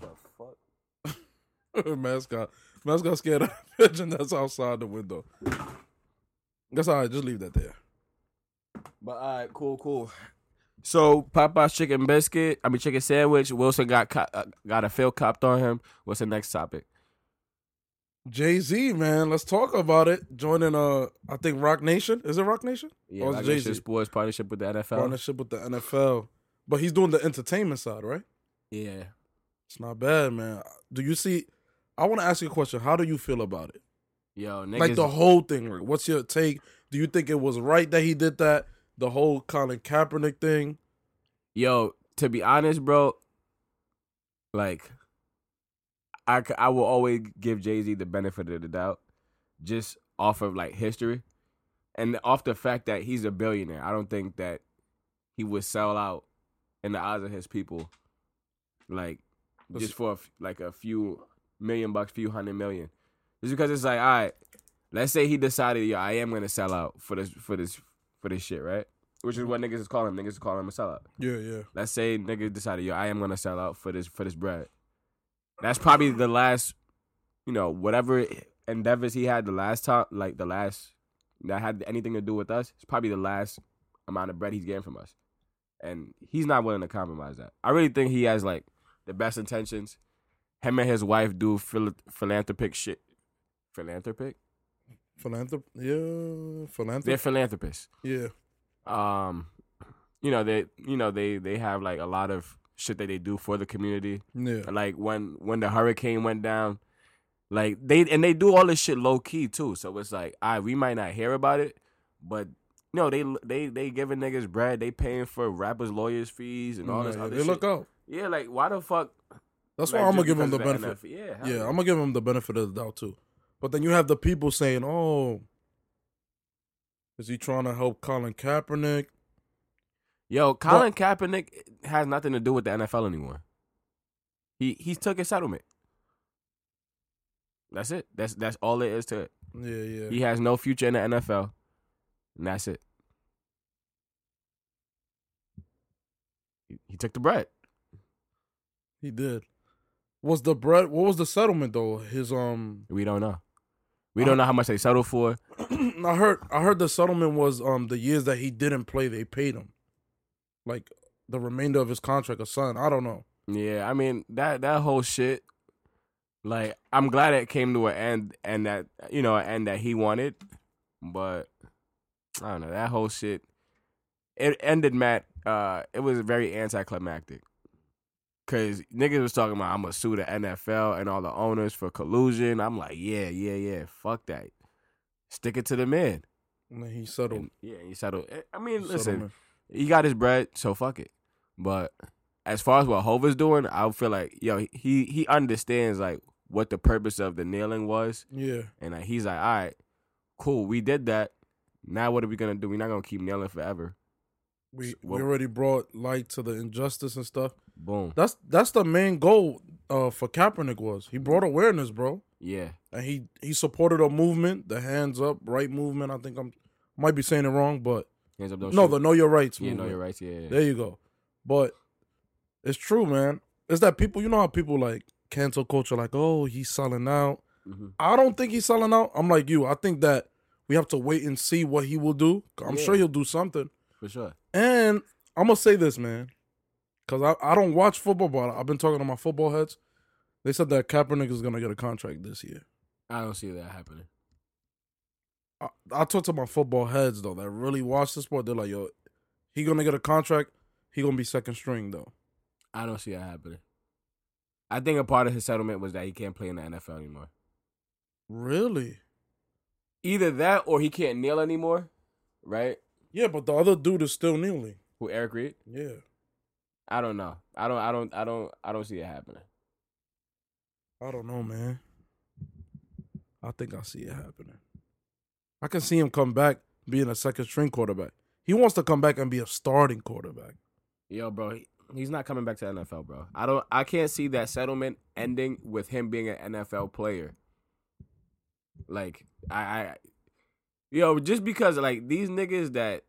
S1: mascot, mascot scared of a pigeon that's outside the window. That's all right. Just leave that there.
S2: But all right, cool, cool. So Popeye's chicken biscuit, I mean chicken sandwich. Wilson got co- uh, got a fail copped on him. What's the next topic?
S1: Jay Z, man, let's talk about it. Joining uh, I think Rock Nation. Is it Rock Nation?
S2: Yeah,
S1: Oh, it's
S2: like
S1: Jay-Z.
S2: Nation Sports partnership with the NFL.
S1: Partnership with the NFL, but he's doing the entertainment side, right?
S2: Yeah,
S1: It's not bad, man. Do you see? I want to ask you a question. How do you feel about it?
S2: yo, niggas,
S1: like the whole thing. Rick. What's your take? Do you think it was right that he did that? The whole Colin Kaepernick thing.
S2: yo. To be honest, bro, like I c- I will always give Jay Z the benefit of the doubt, just off of like history, and off the fact that he's a billionaire. I don't think that he would sell out in the eyes of his people, like
S1: Let's-
S2: just for a f like a few million bucks, few hundred million. Just because it's like, all right, let's say he decided, yo, I am gonna sell out for this for this for this shit, right? Which is what niggas is calling him. Niggas is calling him a sellout.
S1: Yeah, yeah.
S2: Let's say niggas decided, yo, I am gonna sell out for this for this bread. That's probably the last, you know, whatever endeavors he had the last time, like the last that had anything to do with us. It's probably the last amount of bread he's getting from us, and he's not willing to compromise that. I really think he has like the best intentions. Him and his wife do phil- philanthropic shit. Philanthropic?
S1: Philanthrop. Yeah,
S2: They're
S1: philanthropy.
S2: philanthropists.
S1: Yeah,
S2: Um, you know they, you know they, they have like a lot of shit that they do for the community.
S1: yeah.
S2: like when when the hurricane went down like they and they do all this shit low key too so it's like I we might not hear about it but no they they they giving niggas bread they paying for rappers lawyers fees and all this
S1: Mm, Yeah,
S2: other
S1: they
S2: shit
S1: look out.
S2: yeah like why the fuck
S1: That's
S2: like,
S1: why I'm gonna
S2: just
S1: give him the
S2: because of
S1: benefit.
S2: NFL yeah hell
S1: Yeah, I'm gonna give him the benefit of the doubt too. But then you have the people saying, "Oh, is he trying to help Colin Kaepernick?"
S2: yo Colin Kaepernick has nothing to do with the NFL anymore he he took a settlement that's it that's that's all it is to it
S1: Yeah, yeah.
S2: he has no future in the NFL and that's it he, he took the bread.
S1: He did. Was the bread? What was the settlement though? His um,
S2: We don't know. We don't know how much they settled for.
S1: I heard I heard the settlement was um the years that he didn't play they paid him, like the remainder of his contract or something. I don't know.
S2: Yeah, I mean that that whole shit. Like, I'm glad it came to an end, and that you know, an end that he wanted. But I don't know that whole shit. It ended, Matt. Uh, it was very anticlimactic. Cause niggas was talking about I'm gonna sue the NFL and all the owners for collusion. I'm like, yeah, yeah, yeah. Fuck that. Stick it to the man.
S1: And then he settled.
S2: And, yeah, he settled. I mean,
S1: Settlement.
S2: listen, he got his bread, so fuck it. But as far as what Hova's doing, I feel like yo, he he understands like what the purpose of the kneeling was,
S1: Yeah,
S2: and like he's like, all right, cool, we did that. Now what are we gonna do? We're not gonna keep kneeling forever.
S1: we
S2: S- well-
S1: we already brought light to the injustice and stuff.
S2: Boom.
S1: That's that's the main goal uh for Kaepernick was he brought awareness, bro,
S2: Yeah.
S1: and he he supported a movement, the hands up right movement. I think I'm might be saying it wrong, but
S2: Hands up. Don't
S1: no,
S2: shoot.
S1: the know your rights.
S2: yeah, no,
S1: movement.
S2: you're right. Yeah. yeah.
S1: There you go. But it's true, man. It's that people, you know how people like cancel culture, like, oh, he's selling out.
S2: Mhm.
S1: I don't think he's selling out. I'm like you. I think that we have to wait and see what he will do. I'm
S2: Yeah.
S1: sure he'll do something.
S2: For sure.
S1: And I'm gonna say this, man, because I, I don't watch football, but I've been talking to my football heads. They said that Kaepernick is gonna get a contract this year.
S2: I don't see that happening.
S1: I, I talked to my football heads though that really watch the sport. They're like, yo, he gonna get a contract. He gonna be second string though.
S2: I don't see that happening. I think a part of his settlement was that he can't play in the NFL anymore.
S1: Really?
S2: Either that or he can't kneel anymore, right?
S1: Yeah, but the other dude is still kneeling.
S2: Who Eric Reed?
S1: Yeah.
S2: I don't know. I don't. I don't. I don't. I don't see it happening.
S1: I don't know, man. I think I see it happening. I can see him come back being a second string quarterback. He wants to come back and be a starting quarterback.
S2: Yo, bro. he- He's not coming back to NFL, bro. I don't. I can't see that settlement ending with him being an NFL player. Like I, I yo, just because like these niggas that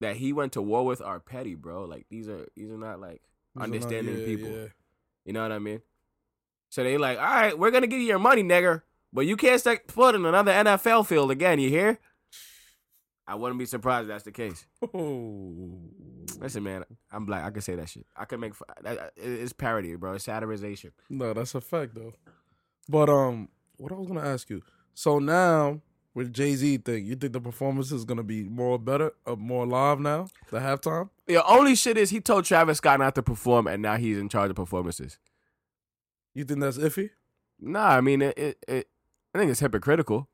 S2: that he went to war with are petty, bro. Like these are these are not
S1: He's
S2: like
S1: a lot-
S2: understanding
S1: yeah,
S2: people.
S1: yeah.
S2: You know what I mean? So they like, all right, we're gonna give you your money, nigger, but you can't step foot in another NFL field again. You hear? I wouldn't be surprised if that's the case.
S1: Oh.
S2: Listen, man, I'm black. I can say that shit. I can make. fu- that- that- It's parody, bro. It's satirization.
S1: No, that's a fact though. But um, what I was gonna ask you. So now with Jay Z thing, you think the performance is gonna be more better, uh, more live now? The halftime.
S2: The only shit is he told Travis Scott not to perform, and now he's in charge of performances.
S1: You think that's iffy?
S2: Nah, I mean, it, it, it I think it's hypocritical,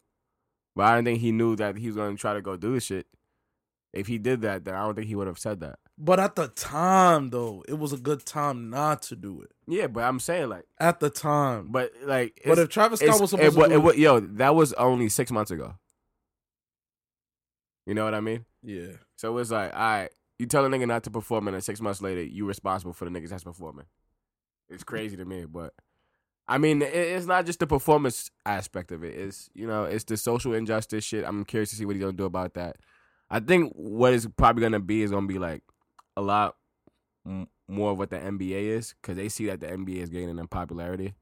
S2: but I don't think he knew that he was gonna try to go do this shit. If he did that, then I don't think he would have said that.
S1: But at the time though, it was a good time not to do it.
S2: Yeah, but I'm saying like,
S1: At the time,
S2: but like,
S1: but
S2: it's-
S1: if Travis
S2: It's-
S1: Scott was
S2: it
S1: supposed
S2: wa-
S1: to
S2: it
S1: do
S2: wa-
S1: it,
S2: yo, that was only six months ago. You know what I mean?
S1: yeah,
S2: So it's like, all right, you tell a nigga not to perform, and then six months later, you responsible for the niggas that's performing. It's crazy to me, but I mean, it, it's not just the performance aspect of it. It's you know, it's the social injustice shit. I'm curious to see what he's gonna do about that. I think what is probably gonna be is gonna be like a lot m- more of what the NBA is because they see that the NBA is gaining in popularity.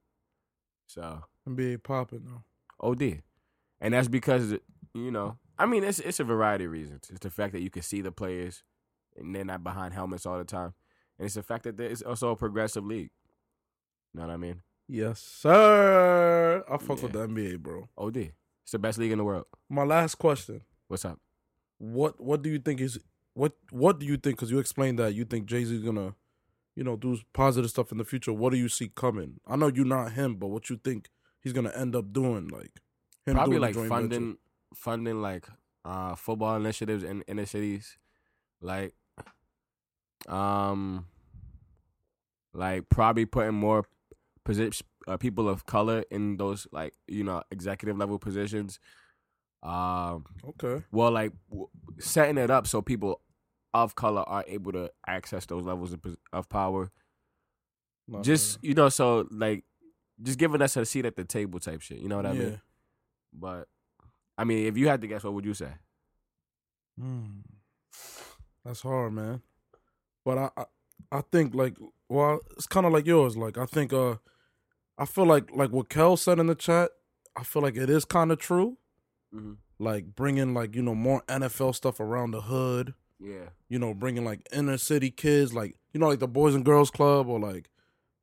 S2: So
S1: NBA popping though.
S2: OD. And that's because, you know, I mean, it's it's a variety of reasons. It's the fact that you can see the players and they're not behind helmets all the time. And it's the fact that there is also a progressive league. You know what I mean?
S1: Yes, sir. I fuck with
S2: Yeah.
S1: the NBA, bro.
S2: OD. It's the best league in the world.
S1: My last question:
S2: What's up?
S1: What what do you think is what what do you think? Because you explained that you think Jay Z's gonna, you know, do positive stuff in the future. What do you see coming? I know you're not him, but what you think he's gonna end up doing? Like him
S2: Probably
S1: doing the
S2: like
S1: joint
S2: funding
S1: venture.
S2: funding like uh football initiatives in inner cities. Like um like probably putting more posi- uh, people of color in those like you know executive level positions um
S1: Okay,
S2: well like w- setting it up so people of color are able to access those levels of, pos- of power
S1: Nah,
S2: just you know so like just giving us a seat at the table type shit you know what i
S1: yeah.
S2: mean but i mean if you had to guess what would you say
S1: Hmm. That's hard, man. But I, I, I think like, well, it's kind of like yours. Like, I think, uh, I feel like like what Kel said in the chat. I feel like it is kind of true.
S2: Mhm.
S1: Like bringing like you know more NFL stuff around the hood.
S2: yeah
S1: You know, bringing like inner city kids, like you know, like the Boys and Girls Club or like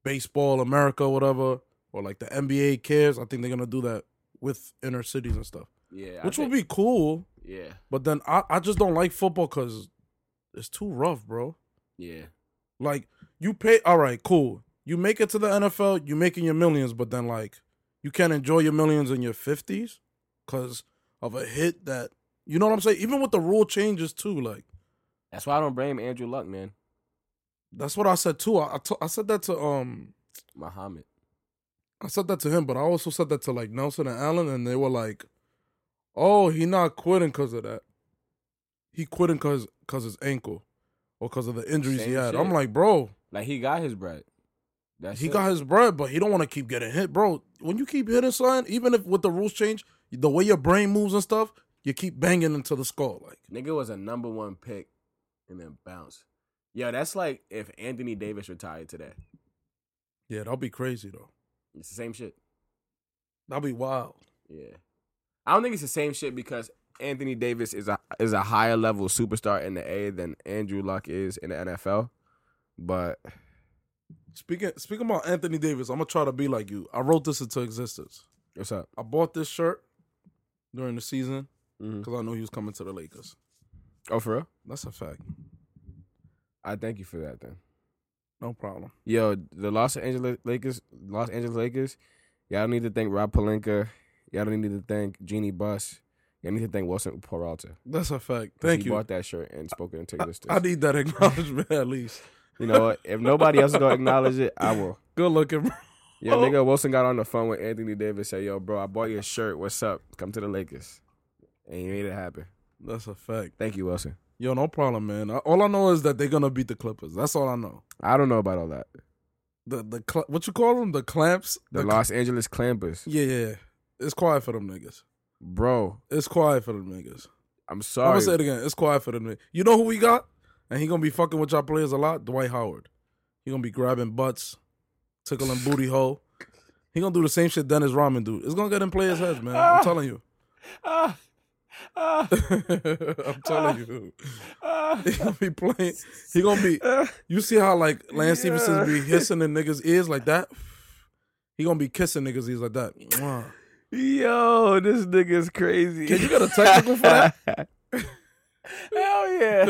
S1: Baseball America, whatever, or like the NBA kids. I think they're gonna do that with inner cities and stuff,
S2: yeah
S1: which will be cool.
S2: be yeah
S1: But then I, I just don't like football because it's too rough, bro.
S2: yeah
S1: Like you pay, all right, cool. You make it to the NFL, you making your millions, but then like you can't enjoy your millions in your fifties because of a hit that you know what I'm saying. Even with the rule changes too, like
S2: that's why i don't blame andrew luck man
S1: that's what I said too. I I to- I said that to um
S2: muhammad
S1: I said that to him, but I also said that to like Nelson and Allen, and they were like, "Oh, he not quitting because of that. He quitting because cause his ankle, or because of the injuries he
S2: Same
S1: had."
S2: shit.
S1: I'm like, bro,
S2: like he got his bread that's
S1: he
S2: it.
S1: got his bread, but he don't want to keep getting hit, bro. When you keep hitting something, even if with the rules change, the way your brain moves and stuff, you keep banging into the skull. Like,
S2: Nigga was a number one pick and then bounce. Yo, that's like if Anthony Davis retired today.
S1: yeah, that'll be crazy though.
S2: It's the same shit.
S1: That'll be wild.
S2: Yeah. I don't think it's the same shit because Anthony Davis is a is a higher level superstar in the A than Andrew Luck is in the NFL. But
S1: Speaking speaking about Anthony Davis, I'm gonna try to be like you. I wrote this into existence.
S2: what's up?
S1: I bought this shirt during the season.
S2: Mhm.
S1: because I knew he was coming to the Lakers.
S2: Oh, for real?
S1: That's a fact.
S2: I thank you for that then.
S1: No problem.
S2: Yo, the Los Angeles Lakers, Los Angeles Lakers, y'all need to thank Rob Palenka. Y'all don't need to thank Jeannie Buss. Y'all need to thank Wilson Peralta. 'cause
S1: That's a fact. Thank
S2: he
S1: you.
S2: bought that shirt and spoke it into
S1: I,
S2: existence.
S1: I need that acknowledgement at least.
S2: You know what? If nobody else is gonna acknowledge it, I will.
S1: Good looking. Bro.
S2: Yo,
S1: Oh.
S2: nigga Wilson got on the phone with Anthony Davis. Say, yo, bro, I bought your shirt. What's up? Come to the Lakers, and you made it happen.
S1: That's a fact.
S2: Thank you, Wilson.
S1: Yo, no problem, man. I- All I know is that they're gonna beat the Clippers. That's all I know.
S2: I don't know about all that.
S1: The the cl- what you call them? The clamps.
S2: The,
S1: cl-
S2: Los Angeles Clampers,
S1: yeah, yeah. yeah. It's quiet for them niggas.
S2: bro.
S1: It's quiet for them niggas.
S2: I'm
S1: I'm
S2: sorry.
S1: gonna say it again. It's quiet for them. niggas. You know who we got? And he gonna be fucking with y'all players a lot. Dwight Howard. He gonna be grabbing butts, tickling booty hole. He gonna do the same shit Dennis Rodman do. It's gonna get in players' heads, man. I'm telling you.
S2: Ah, ah,
S1: I'm telling you.
S2: ah,
S1: He gonna be playing. He ggonna be. You see how like Lance
S2: Yeah.
S1: Stevenson be hissing in niggas' ears like that? He gonna be kissing niggas' ears like that. Mwah.
S2: Yo, this nigga's crazy.
S1: Can you get a technical for that?
S2: Hell yeah.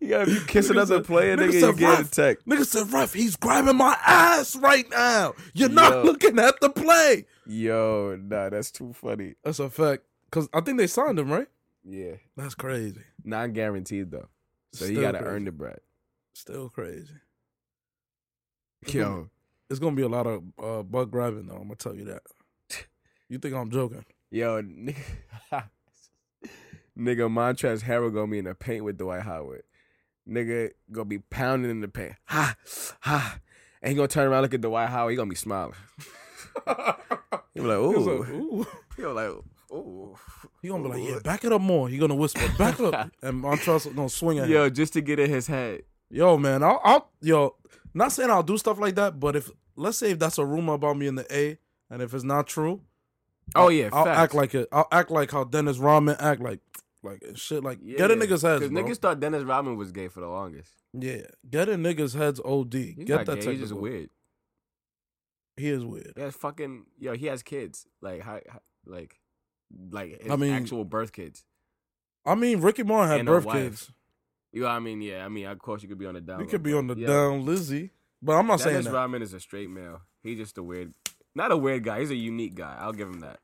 S2: You gotta be kissing
S1: Nigga
S2: other
S1: said-
S2: player,
S1: nigga
S2: nigga, you
S1: said
S2: get a
S1: rough.
S2: tech.
S1: Nigga said, "Ref, he's grabbing my ass right now. You're not
S2: Yo.
S1: looking at the play."
S2: Yo, nah, that's too funny.
S1: That's a fact. Cause I think they signed him, right?
S2: Yeah.
S1: That's crazy.
S2: Not guaranteed though. So you
S1: Still
S2: gotta
S1: crazy.
S2: earn the bread.
S1: Still crazy. It's gonna,
S2: Yo.
S1: it's gonna be a lot of uh, bug grabbing though. I'm gonna tell you that. You think I'm joking?
S2: Yo, nigga. nigga Montrez Harrell gonna be in the paint with Dwight Howard. Nigga gonna be pounding in the paint. Ha ha. And he gonna turn around, look at Dwight Howard, he gonna be smiling. He be like,
S1: He was
S2: ooh.
S1: like, ooh.
S2: He be like, ooh.
S1: He gonna be like, yeah, back it up more. He gonna whisper, back up, and Montrezl gonna swing at him.
S2: Yo, just to get in his head.
S1: Yo, man, I'll, I'll, yo, not saying I'll do stuff like that, but if let's say if that's a rumor about me in the A, and if it's not true,
S2: Oh yeah,
S1: I'll
S2: facts.
S1: act like it. I'll act like how Dennis Rodman act like, like and shit, like get in niggas' heads,
S2: Because
S1: bro.
S2: niggas thought Dennis Rodman was gay for the longest.
S1: yeah, get in niggas' heads. Od,
S2: He's
S1: get that.
S2: not gay. He's just
S1: technical.
S2: weird.
S1: He is weird.
S2: He has fucking yo. He has kids. Like how, how- like like his
S1: I mean-
S2: actual birth kids.
S1: I mean, Ricky Martin had
S2: And a
S1: birth
S2: wife.
S1: kids.
S2: You know what I mean? Yeah. I mean, of course you could be on the down.
S1: He
S2: low,
S1: could be
S2: but
S1: on the
S2: yeah.
S1: down, Lizzie, but I'm not saying
S2: Dennis
S1: that.
S2: Rodman is a straight male. He's just a weird, not a weird guy. He's a unique guy. I'll give him that.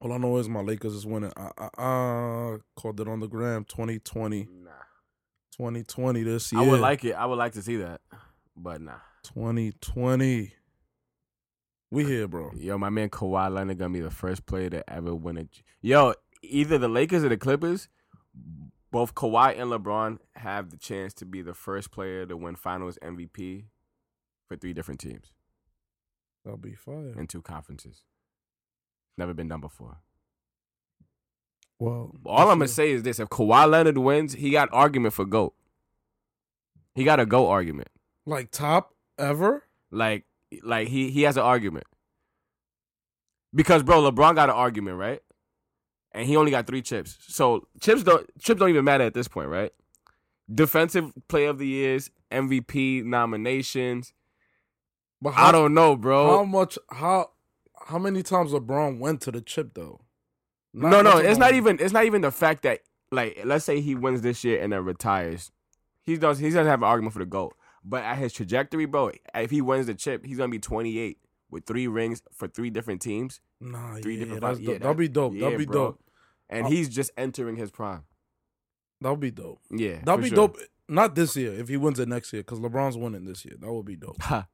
S1: All I know is my Lakers is winning. I, I, I called it on the gram 2020,
S2: Nah.
S1: 2020 this year.
S2: I would like it. I would like to see that, but nah.
S1: 2020. We here, bro.
S2: Yo, my man Kawhi Leonard gonna be the first player to ever win a. ch- Yo, either the Lakers or the Clippers, both Kawhi and LeBron have the chance to be the first player to win Finals MVP for three different teams
S1: That'll be fire.
S2: in two conferences. Never been done before.
S1: Well,
S2: All I'm
S1: sure.
S2: gonna say is this: if Kawhi Leonard wins, he got argument for goat. He got a goat argument.
S1: like top ever.
S2: Like, like he he has an argument because bro, LeBron got an argument, right? And he only got three chips, so chips don't chips don't even matter at this point, right? Defensive Player of the Years, MVP nominations.
S1: But how,
S2: I don't know,
S1: how
S2: bro.
S1: much how how many times LeBron went to the chip though? Not
S2: no, no,
S1: much
S2: it's
S1: of
S2: not
S1: a-
S2: even it's not even the fact that like let's say he wins this year and then retires, he does he doesn't have an argument for the goat. But at his trajectory, bro, if he wins the chip, he's gonna be 28 with three rings for three different teams.
S1: Nah,
S2: three
S1: yeah,
S2: different
S1: that's
S2: fi-
S1: dope.
S2: yeah,
S1: that'll be dope.
S2: yeah,
S1: that'll be
S2: bro.
S1: dope.
S2: and
S1: Oh.
S2: he's just entering his prime.
S1: That'll be dope.
S2: Yeah,
S1: That'll
S2: for
S1: be
S2: sure.
S1: dope. Not this year if he wins it next year because LeBron's winning this year. That would be dope.
S2: Ha.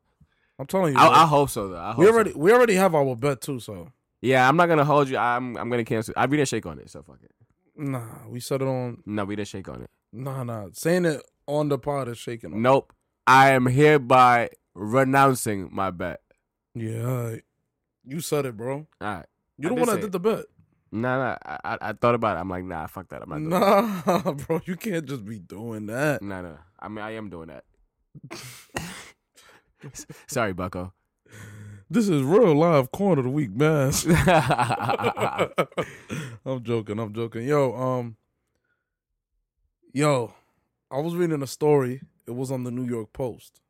S1: I'm telling you.
S2: I,
S1: like,
S2: I hope so though. I hope
S1: we
S2: so.
S1: already we already have our bet too. So
S2: Yeah, I'm not gonna hold you. I'm I'm gonna cancel. I we didn't shake on it, so fuck it.
S1: nah, we said it on
S2: No, we didn't shake on it.
S1: nah nah. Saying it on the pod is shaking. off.
S2: Nope. I am hereby renouncing my bet.
S1: Yeah, alright. you said it, bro.
S2: All right.
S1: You the
S2: I did
S1: one
S2: say
S1: that
S2: it.
S1: did the bet.
S2: Nah, nah. I, I, I thought about it. I'm like, nah, fuck that. I'm not. Doing nah.
S1: Nah, bro, you can't just be doing that.
S2: Nah, nah. I mean, I am doing that. Sorry, Bucko.
S1: This is real live corner of the week, man.
S2: yeah,
S1: I'm joking. I'm joking. Yo, um, yo, I was reading a story. It was on the New York Post.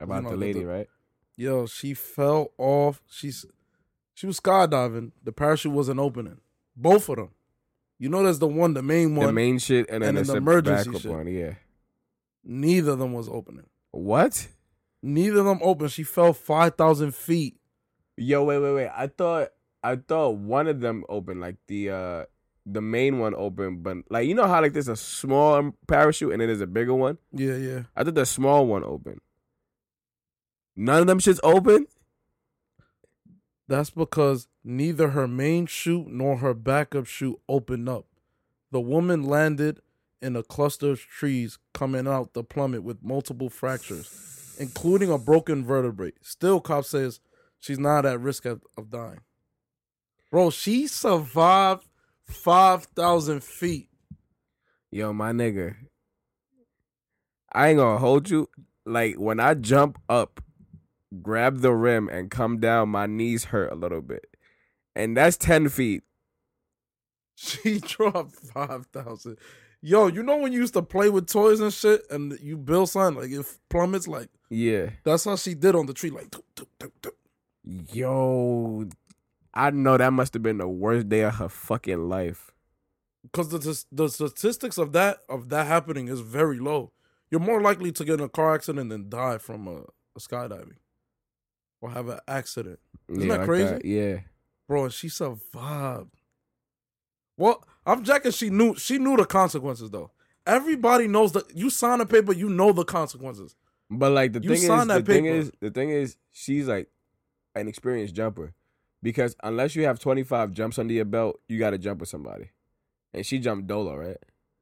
S2: about
S1: know,
S2: the
S1: the-
S2: lady,
S1: the-
S2: right?
S1: Yo, she fell off. She's she was skydiving. The parachute wasn't opening. Both of them. You know, there's the one, the main one.
S2: The main shit, and
S1: and then
S2: then there's
S1: the
S2: the
S1: emergency
S2: backup
S1: shit.
S2: one. Yeah.
S1: Neither of them was opening.
S2: What?
S1: Neither of them opened. She fell five thousand feet.
S2: Yo, wait, wait, wait. I thought I thought one of them opened, like the uh the main one opened, but like you know how like there's a small um, parachute and then there's a bigger one?
S1: Yeah, yeah.
S2: I thought the small one opened. None of them shits open?
S1: That's because neither her main chute nor her backup chute opened up. The woman landed in a cluster of trees coming out the plummet with multiple fractures, including a broken vertebrae. Still, cop says she's not at risk of, of dying. Bro, she survived 5,000 feet.
S2: Yo, my nigga. I ain't gonna hold you. Like when I jump up, grab the rim and come down, my knees hurt a little bit. And that's ten feet.
S1: She dropped 5,000. Yo, you know when you used to play with toys and shit and you build something, like if plummets, like
S2: Yeah.
S1: that's how she did on the tree, like, doop, doop, doop, doop.
S2: Yo. I know that must have been the worst day of her fucking life.
S1: because the, the the statistics of that of that happening is very low. You're more likely to get in a car accident than die from a, a skydiving or have an accident, Isn't
S2: Yeah,
S1: that
S2: like
S1: crazy?
S2: Yeah.
S1: bro. And she survived. Well, I'm jacking. She knew she knew the consequences though. Everybody knows that you sign a paper, you know the consequences.
S2: But like the
S1: You
S2: thing is,
S1: signed
S2: the
S1: that
S2: thing
S1: paper.
S2: is, the thing is, she's like an experienced jumper, because unless you have twenty five jumps under your belt, you got to jump with somebody, and she jumped Dolo, right?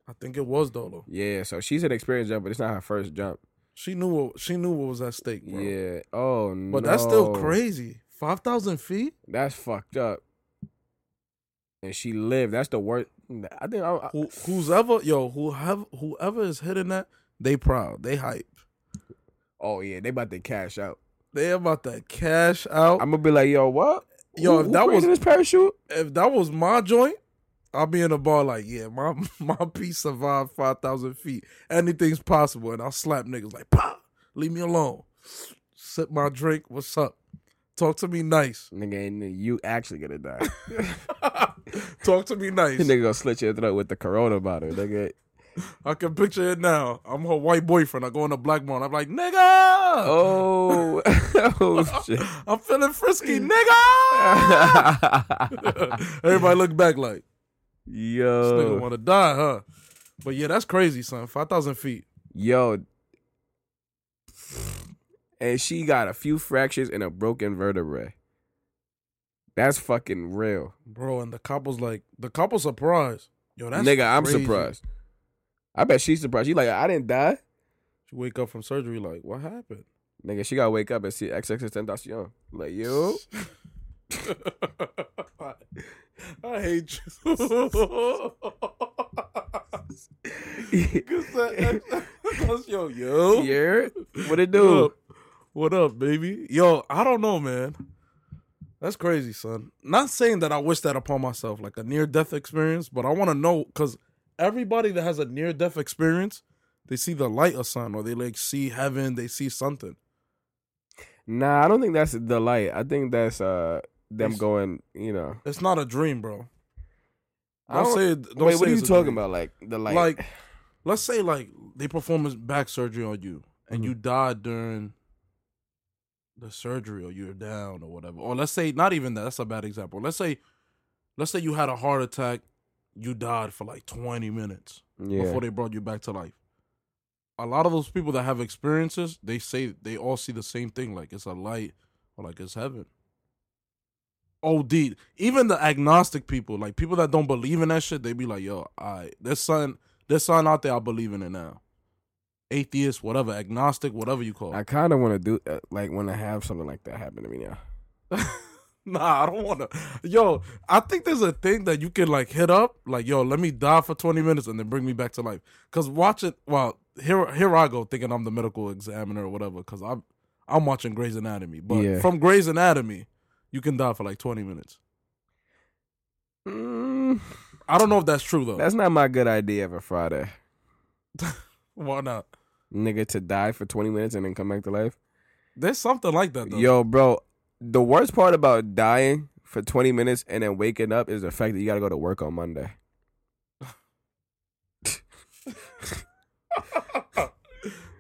S1: I think it was Dolo.
S2: Yeah, so she's an experienced jumper. It's not her first jump.
S1: She knew what she knew what was at stake, bro.
S2: Yeah. Oh no.
S1: But that's still crazy. Five thousand feet.
S2: That's fucked up. And she lived. That's the worst. I think. I, I,
S1: Who, who's ever yo? Whoever whoever is hitting that, they proud. They hype.
S2: oh yeah, they about to cash out.
S1: They about to cash out.
S2: I'm gonna be like, yo, what?
S1: Yo, if that was-
S2: this parachute,
S1: if that was my joint, I'll be in the bar like, yeah, my my piece survived five thousand feet. Anything's possible, and I'll slap niggas like, pop, leave me alone. Sip my drink. What's up? Talk to me nice.
S2: nigga, and you actually gonna die.
S1: Talk to me
S2: This
S1: nice.
S2: nigga gonna slit your throat with the corona bottle, nigga.
S1: I can picture it now. I'm her white boyfriend. I go in the black mall. I'm like, nigga,
S2: Oh, oh shit.
S1: I'm feeling frisky, nigga. Everybody look back like. This nigga
S2: yo,
S1: want to die, huh? But yeah, that's crazy, son. Five thousand feet.
S2: yo, and she got a few fractures and a broken vertebrae. That's fucking real,
S1: bro. And the cop was like, the cop was surprised. Yo, that's
S2: nigga. I'm
S1: crazy.
S2: surprised. I bet she's surprised. She like, I didn't die,
S1: She wake up from surgery like, what happened?
S2: nigga. She gotta wake up and see XXXTentacion. Like, yo,
S1: I, I hate you. yo, yo,
S2: yeah, what it do?
S1: What up, baby? Yo, I don't know, man. That's crazy, son. Not saying that I wish that upon myself, like a near death experience, but I want to know because everybody that has a near death experience, they see the light of sun or they like see heaven, they see something.
S2: Nah, I don't think that's the light. I think that's uh them
S1: It's-
S2: going. You know,
S1: It's not a dream, bro.
S2: I
S1: Don't
S2: don't-
S1: say. Don't
S2: Wait,
S1: say
S2: what are you
S1: it's a
S2: talking
S1: dream.
S2: about? Like the light?
S1: Like, let's say like they perform back surgery on you and you died during the surgery or you're down or whatever. Or let's say not even that, that's a bad example. Let's say let's say you had a heart attack, you died for like 20 minutes
S2: yeah,
S1: before they brought you back to life. A lot of those people that have experiences, they say they all see the same thing like it's a light or like it's heaven. OD. Even the agnostic people, like people that don't believe in that shit, they be like, yo, I there's something there's something out there I believe in it now. Atheist, whatever, agnostic, whatever you call
S2: I
S1: it.
S2: kind of want to do uh, like want to have something like that happen to me now.
S1: nah, I don't wanna yo, I think there's a thing that you can like hit up, like, yo, let me die for twenty minutes and then bring me back to life. Cause watch it well, here here I go thinking I'm the medical examiner or whatever, because I'm I'm watching Grey's Anatomy. But
S2: Yeah.
S1: from Grey's Anatomy, you can die for like twenty minutes.
S2: Mm,
S1: I don't know if that's true though.
S2: that's not my good idea of a Friday,
S1: Why not?
S2: nigga, to die for twenty minutes and then come back to life.
S1: There's something like that though.
S2: Yo, bro, the worst part about dying for twenty minutes and then waking up is the fact that you got to go to work on Monday.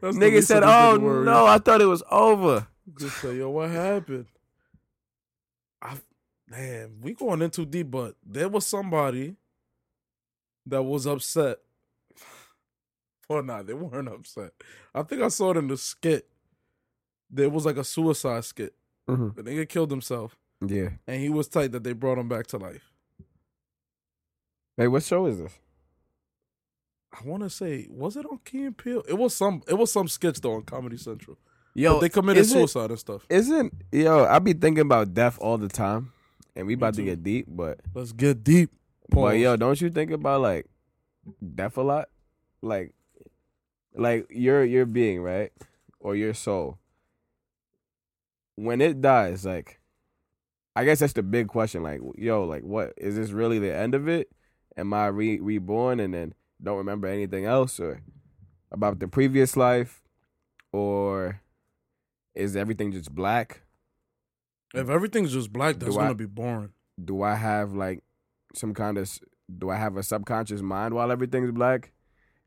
S1: That's the
S2: Nigga
S1: least
S2: said,
S1: of this
S2: "Oh
S1: nigga worry."
S2: no, I thought it was over."
S1: Just say, yo, what happened? I man, we going in too deep, but there was somebody that was upset. Or nah, they weren't upset. I think I saw it in the skit. There was like a suicide skit.
S2: Mhm.
S1: The nigga killed himself,
S2: Yeah.
S1: and he was tight that they brought him back to life.
S2: Hey, what show is this?
S1: I want to say, was it on Key and Peele? It was some. It was some sketch though on Comedy Central.
S2: Yo,
S1: but they committed
S2: is it-
S1: suicide and stuff.
S2: Isn't yo? I be thinking about death all the time, and we about to
S1: too.
S2: get deep, but
S1: Let's get deep. Pause.
S2: but yo, don't you think about like death a lot? Like, like your your being right or your soul when it dies. Like, I guess that's the big question. Like, yo, like what is this really the end of it? Am I re- reborn and then don't remember anything else or about the previous life or is everything just black?
S1: if everything's just black, that's
S2: Do I-
S1: gonna be boring.
S2: do I have like some kind of s- do I have a subconscious mind while everything's black?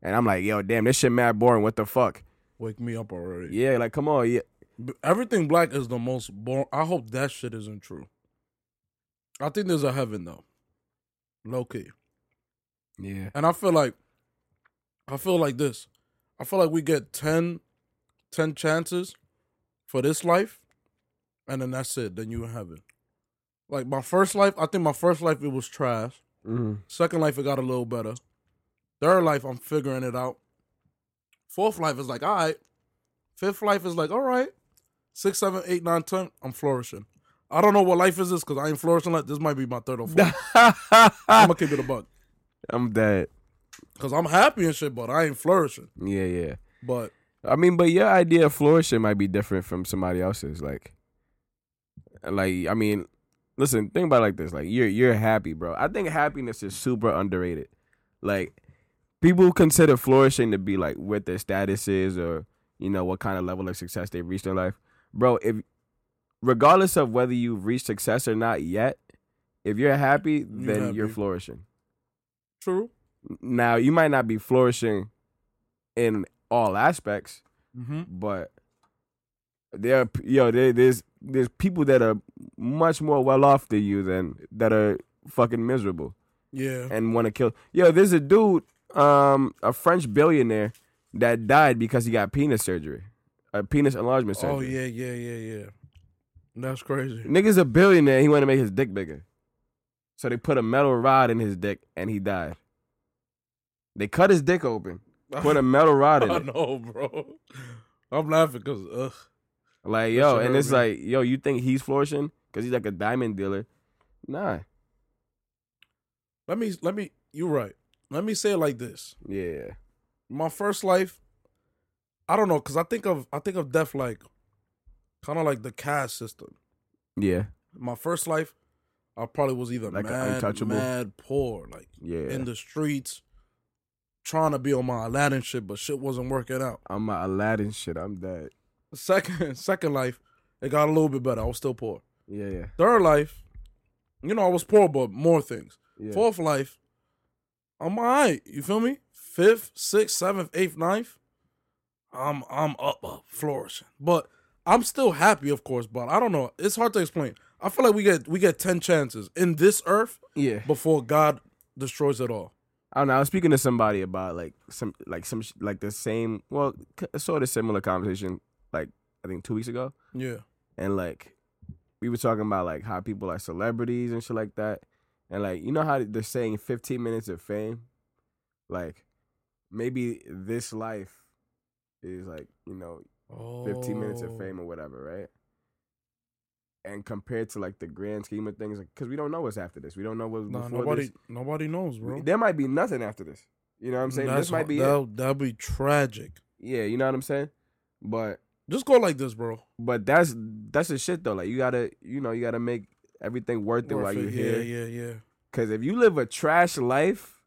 S2: And I'm like, yo, damn, this shit mad boring. What the fuck?
S1: Wake me up already.
S2: Yeah, like come on, yeah,
S1: B- Everything black is the most boring. I hope that shit isn't true. I think there's a heaven though, low key.
S2: yeah,
S1: And I feel like I feel like this. I feel like we get 10, 10 chances for this life, and then that's it. Then you in heaven. Like my first life, I think my first life it was trash.
S2: mm-hmm.
S1: Second life it got a little better. Third life I'm figuring it out. Fourth life is like all right. Fifth life is like all right. Six, seven, eight, nine, ten. I'm flourishing. I don't know what life is this because I ain't flourishing. Like this might be my third or fourth. I'm gonna keep it a buck
S2: I'm dead.
S1: because I'm happy and shit, but I ain't flourishing.
S2: Yeah, yeah.
S1: But
S2: I mean, but your idea of flourishing might be different from somebody else's. Like, like I mean, listen, think about it like this. Like, you're you're happy, bro. I think happiness is super underrated. Like, people consider flourishing to be like what their status is, or you know what kind of level of success they've reached in life, bro. If regardless of whether you've reached success or not yet, if you're happy, then you're
S1: happy.
S2: flourishing.
S1: true.
S2: Now, you might not be flourishing in all aspects
S1: Mm-hmm.
S2: but there are p- yo there, there's there's people that are much more well off than you than that are fucking miserable
S1: Yeah.
S2: and want to kill yo there's a dude um a french billionaire that died because he got penis surgery a penis enlargement surgery
S1: Oh yeah, yeah, yeah, yeah. That's crazy.
S2: nigga's a billionaire he wanted to make his dick bigger so they put a metal rod in his dick and he died they cut his dick open put a metal rod in
S1: I
S2: it
S1: know, bro. I'm laughing because ugh.
S2: Like yo,
S1: shit
S2: and
S1: hurt
S2: it's
S1: me.
S2: like yo, you think he's flourishing because he's like a diamond dealer? Nah,
S1: Let me let me. You're right. Let me say it like this.
S2: yeah,
S1: My first life. I don't know because I think of I think of death like, kind of like the caste system.
S2: yeah,
S1: My first life, I probably was either
S2: Like a
S1: mad,
S2: untouchable?
S1: mad poor, like
S2: yeah.
S1: in the streets, trying to be on my Aladdin shit, but shit wasn't working out.
S2: I'm my Aladdin shit. I'm dead.
S1: Second second life, it got a little bit better. I was still poor.
S2: Yeah, yeah,
S1: Third life, you know, I was poor, but more things.
S2: yeah.
S1: Fourth life, I'm alright. You feel me? Fifth, sixth, seventh, eighth, ninth, I'm I'm up, up, flourishing. But I'm still happy, of course. But I don't know. It's hard to explain. I feel like we get we get ten chances in this earth
S2: yeah.
S1: before God destroys it all.
S2: I don't know. I was speaking to somebody about like some like some sh- like the same well c- sort of similar conversation like I think two weeks ago,
S1: Yeah,
S2: and like we were talking about like how people are celebrities and shit like that, and like you know how they're saying 15 minutes of fame, like maybe this life is like you know 15 Oh. minutes of fame
S1: Oh.
S2: or whatever, right? And compared to like the grand scheme of things, because we don't know what's after this. We don't know what's
S1: Nah,
S2: before
S1: nobody
S2: this.
S1: nobody knows, bro.
S2: There might be nothing after this. You know what I'm saying?
S1: That's
S2: this might
S1: hard-
S2: be it.
S1: that'll, that'll be tragic.
S2: Yeah, you know what I'm saying? But
S1: Just go like this, bro.
S2: but that's that's the shit though. Like you gotta you know, you gotta make everything worth it while
S1: Worth
S2: you're
S1: it.
S2: here.
S1: Yeah, yeah, yeah.
S2: Cause if you live a trash life,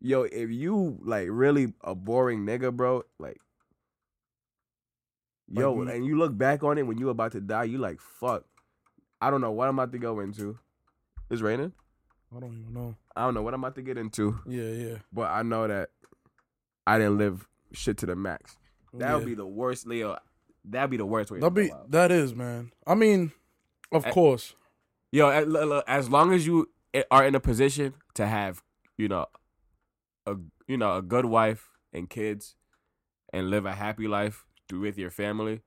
S2: yo, if you like really a boring nigga, bro, like
S1: Like,
S2: yo,
S1: you-
S2: and you look back on it when you about to die, you like fuck. I don't know what I'm about to go into. It's raining.
S1: I don't even know.
S2: I don't know what I'm about to get into,
S1: Yeah, yeah.
S2: but I know that I didn't live shit to the max. That
S1: Yeah.
S2: would be the worst, Leo. That'd be the worst way. to
S1: That be
S2: go out.
S1: that is man. I mean, of
S2: Eh.
S1: course,
S2: Yo, a- l- l- as long as you i- are in a position to have, you know, a you know a good wife and kids, and live a happy life through with your family,